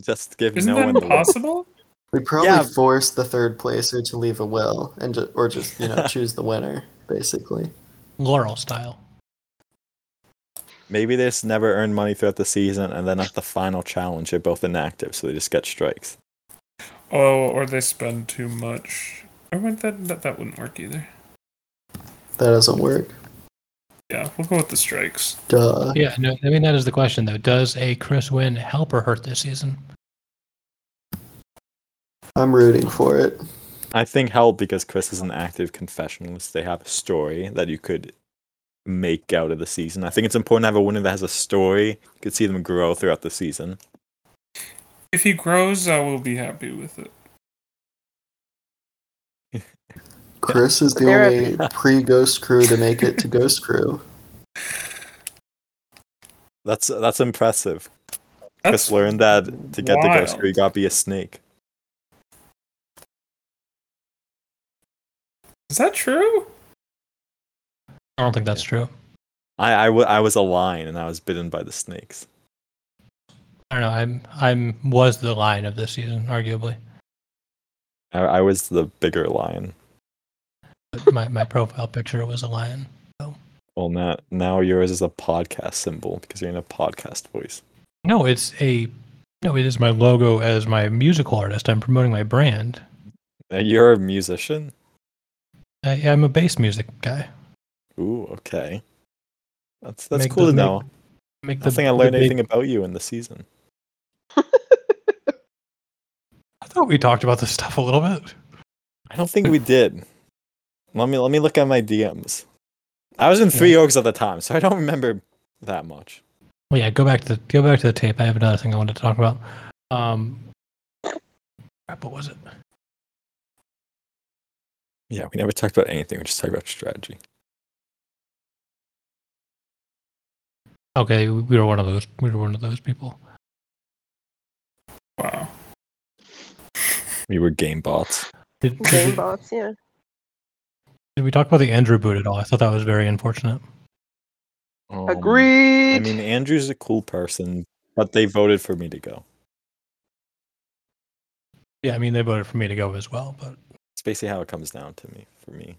Just give Isn't no that one the win. impossible? We'd probably Yeah. force the third placer to leave a will and ju- or just you know choose the winner basically. Laurel style. Maybe they just never earn money throughout the season, and then at the final challenge, they're both inactive, so they just get strikes. Oh, or they spend too much. Or would that, that that wouldn't work either. That doesn't work. Yeah, we'll go with the strikes. Duh. Yeah, no, I mean that is the question though. Does a Chris win help or hurt this season? I'm rooting for it. I think help because Chris is an active confessionalist. They have a story that you could make out of the season. I think it's important to have a winner that has a story. You could see them grow throughout the season. If he grows, I will be happy with it. Chris is the There- only pre Ghost Crew to make it to Ghost Crew. That's that's impressive. That's Chris learned that to get the ghost wild. crew, you gotta be a snake. Is that true? I don't think that's true. I I, w- I was a lion and I was bitten by the snakes. I don't know. I'm I'm was the line of this season, arguably. I, I was the bigger lion. But my my profile picture was a lion. Well, now now yours is a podcast symbol because you're in a podcast voice. No, it's a no. It is my logo as my musical artist. I'm promoting my brand. Uh, You're a musician. I, I'm a bass music guy. Ooh, okay. That's that's Make cool the- to make know. Make I don't think I learned big- anything about you in the season. I thought we talked about this stuff a little bit. I don't think we did. Let me let me look at my DMs. I was in Three Oaks at the time, so I don't remember that much. Well, yeah. Go back to go back to the tape. I have another thing I wanted to talk about. Um, crap, what was it? Yeah, we never talked about anything. We just talked about strategy. Okay, we- we were one of those. We were one of those people. Wow. We were game bots. Did, did Game we, bots, yeah. did we talk about the Andrew boot at all? I thought that was very unfortunate. Um, Agreed. I mean, Andrew's a cool person, but they voted for me to go. Yeah, I mean they voted for me to go as well, but It's basically how it comes down to me. For me,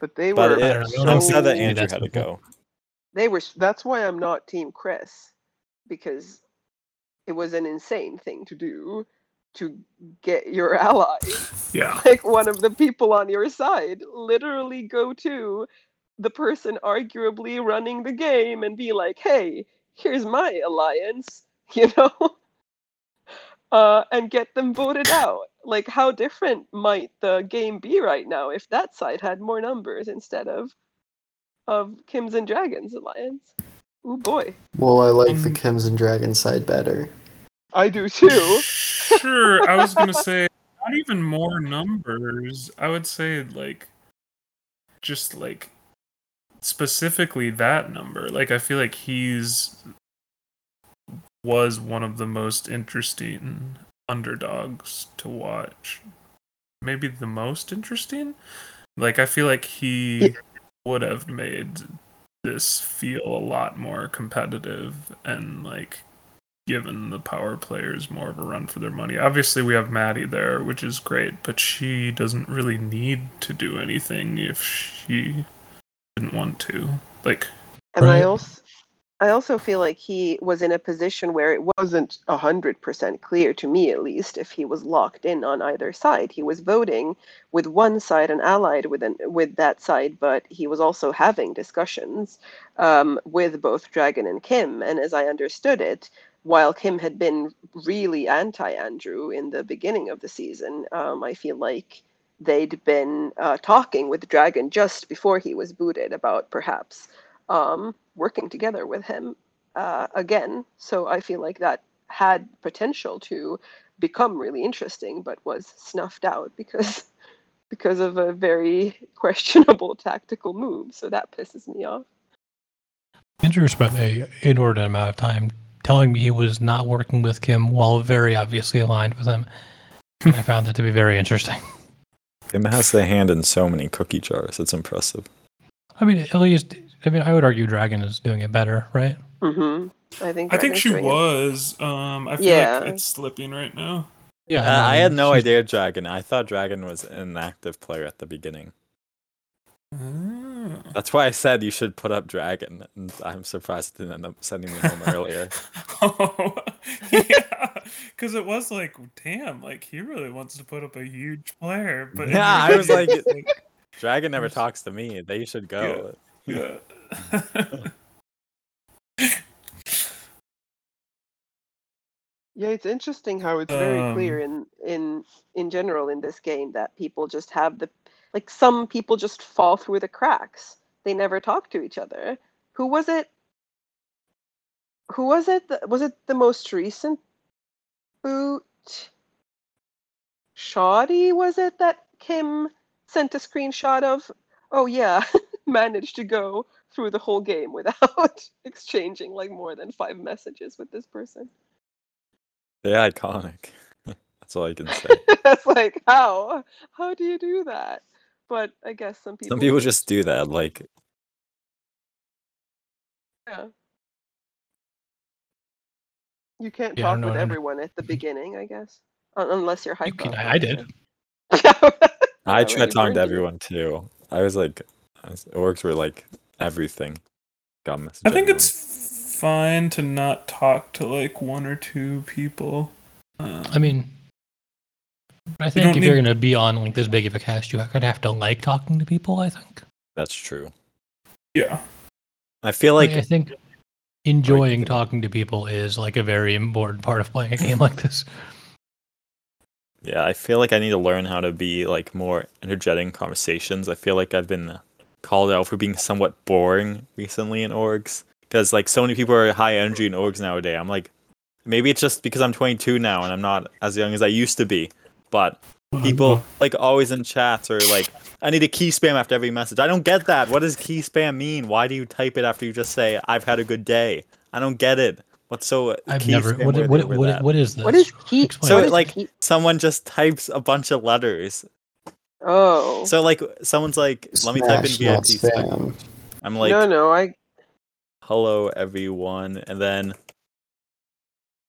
but they but were. it- I don't know. I'm sad that so- Maybe Andrew that's had to the point. go. they were that's why i'm not team chris because it was an insane thing to do to get your ally Yeah. like one of the people on your side literally go to the person arguably running the game and be like hey here's my alliance you know uh, and get them voted out like how different might the game be right now if that side had more numbers instead of of kim's and dragons alliance oh boy Well, I like the Um, Kims and Dragon side better. i do too Sure. I was gonna say not even more numbers. I would say like just like specifically that number. Like I feel like he's was one of the most interesting underdogs to watch. Maybe the most interesting? Like I feel like he Yeah. would have made this feel a lot more competitive and like given the power players more of a run for their money. Obviously, we have Maddie there, which is great, but she doesn't really need to do anything if she didn't want to. Like, And I Right. also I also feel like he was in a position where it wasn't a hundred percent clear to me at least if he was locked in on either side. He was voting with one side and allied with an, with that side, but he was also having discussions um, with both Dragon and Kim. And as I understood it, while Kim had been really anti Andrew in the beginning of the season, um, I feel like they'd been uh, talking with Dragon just before he was booted about perhaps um, working together with him uh, again. So I feel like that had potential to become really interesting, but was snuffed out because because of a very questionable tactical move. So that pisses me off. Andrew spent a inordinate amount of time telling me he was not working with Kim while very obviously aligned with him. And I found that to be very interesting. Kim has the hand in so many cookie jars. It's impressive. I mean, at least I mean I would argue Dragon is doing it better, right? hmm I think Mm-hmm. I think Dragon's she doing it. was. Um, I feel Yeah. like it's slipping right now. Yeah, Uh, I had no she's- idea Dragon. I thought Dragon was an active player at the beginning. Ah. That's why I said you should put up Dragon. And I'm surprised it didn't end up sending me home earlier. oh, yeah. Because it was like, damn, like he really wants to put up a huge player. But Yeah, I was like- it's Dragon never Yes. talks to me. They should go. yeah. Yeah, it's interesting how it's very clear in in in general in this game that people just have the like some people just fall through the cracks they never talk to each other. Who was it? Who was it? th- Was it the most recent boot? Shoddy was it that Kim sent a screenshot of? Oh yeah, managed to go through the whole game without exchanging like more than five messages with this person. They're iconic. That's all I can say. That's like how? How do you do that? But I guess some people. Some people just do that. Like, Yeah. You can't Yeah, I talk don't know with what I'm- Mm-hmm. everyone at the beginning, I guess, Un- unless you're You hyper. can- I, I did. I Oh, Yeah, tried like, talking we're- to everyone too. I was like, I was- orcs were like everything. God message. I think everyone. it's fine to not talk to like one or two people. Uh, I mean, I think don't if you're need- gonna be on like this big of a cast, you're gonna have to like talking to people. I think. that's true. yeah, I feel Like, like I think enjoying the- talking to people is like a very important part of playing a game like this. Yeah, I feel like I need to learn how to be like more energetic in conversations. I feel like I've been called out for being somewhat boring recently in orgs because like so many people are high energy in orgs nowadays. I'm like, maybe it's just because I'm 22 now and I'm not as young as I used to be, but people like always in chats or like, I need a key spam after every message. I don't get that. What does key spam mean? Why do you type it after you just say I've had a good day? I don't get it. What's so I've key never. spam What, worthy what, over what, that? what is this? What is he? Explain So what it, is like he- someone just types a bunch of letters. oh So like someone's like, let me type in Smash, not VIP. spam. spam. I'm like, no, no, I hello everyone, and then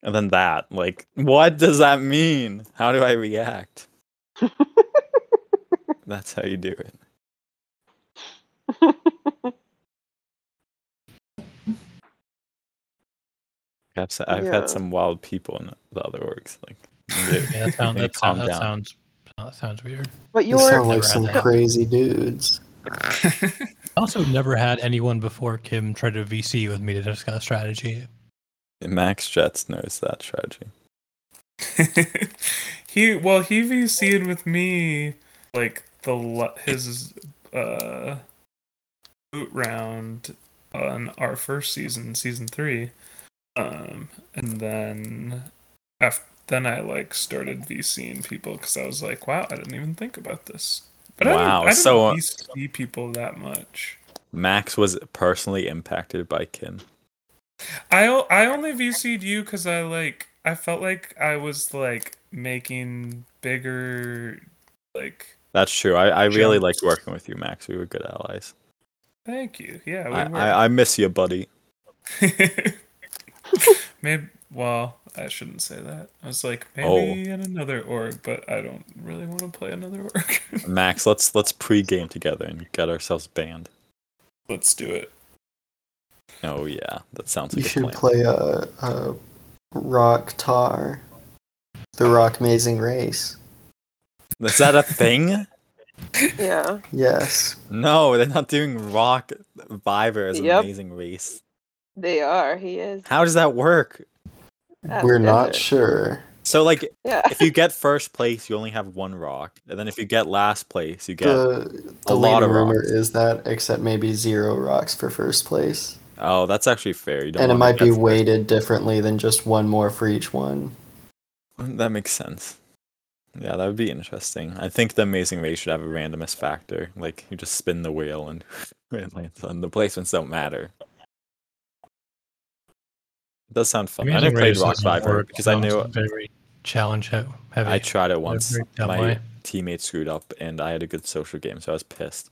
and then that. Like, what does that mean? How do I react? That's how you do it. I've, s- I've Yeah. had some wild people in the other orgs. Like, they- Yeah, that, sound, they that, calm sound, that down. sounds. That sounds weird. but You you're sound like Never had some that. crazy dudes. I also never had anyone before Kim try to VC with me to discuss strategy. Max Jets knows that strategy. he well he VC'd with me like the la- his uh boot round on our first season, season three, um, and then after then I like started VCing people because I was like, wow, I didn't even think about this. But I Wow, don't, I don't so, uh, VC people that much. Max was personally impacted by Kim. I o- I only VC'd you because I like I felt like I was like making bigger like That's true. I, I really Sure. liked working with you, Max. We were good allies. thank you yeah we I, were. I, I miss you, buddy. maybe well I shouldn't say that I was like maybe Oh. in another org but I don't really want to play another org Max, let's let's pregame together and get ourselves banned. let's do it Oh yeah, that sounds You like a should plan. play a, a rock tar, the rock amazing race. Is that a thing? yeah. Yes, No, they're not doing rock Viver as an Yep. amazing race. They are. He is. How does that work? Ask we're not Desert. sure. So like Yeah. if you get first place, you only have one rock. And then if you get last place, you get The A the lot leading of rumor rocks. is that except maybe zero rocks for first place, Oh, that's actually fair. You don't and it wanna might get be first. weighted differently than just one more for each one. That makes sense. Yeah, that would be interesting. I think the Amazing Race should have a randomness factor. Like you just spin the wheel and it lands on the placements don't matter. It does sound fun. I never played Rock Survivor because I knew very challenge he- heavy. I tried it once. very dumb My way. teammate screwed up and I had a good social game, so I was pissed.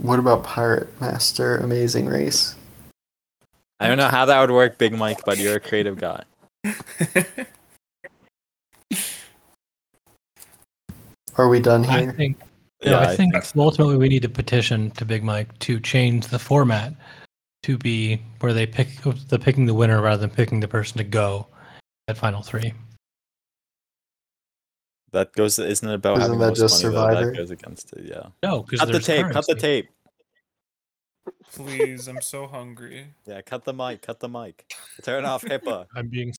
What about Pirate Master Amazing Race? I don't know how that would work, Big Mike, but you're a creative guy. Are we done I here? think. No, I, think that's ultimately we need to petition to Big Mike to change the format to be where they pick the picking the winner rather than picking the person to go at final three. that goes isn't it about Isn't having that the most just money, though? Survivor? That goes against it, yeah. No, because Cut the tape, cut the tape. please I'm so hungry Yeah, cut the mic, cut the mic. Turn off HIPAA. I'm being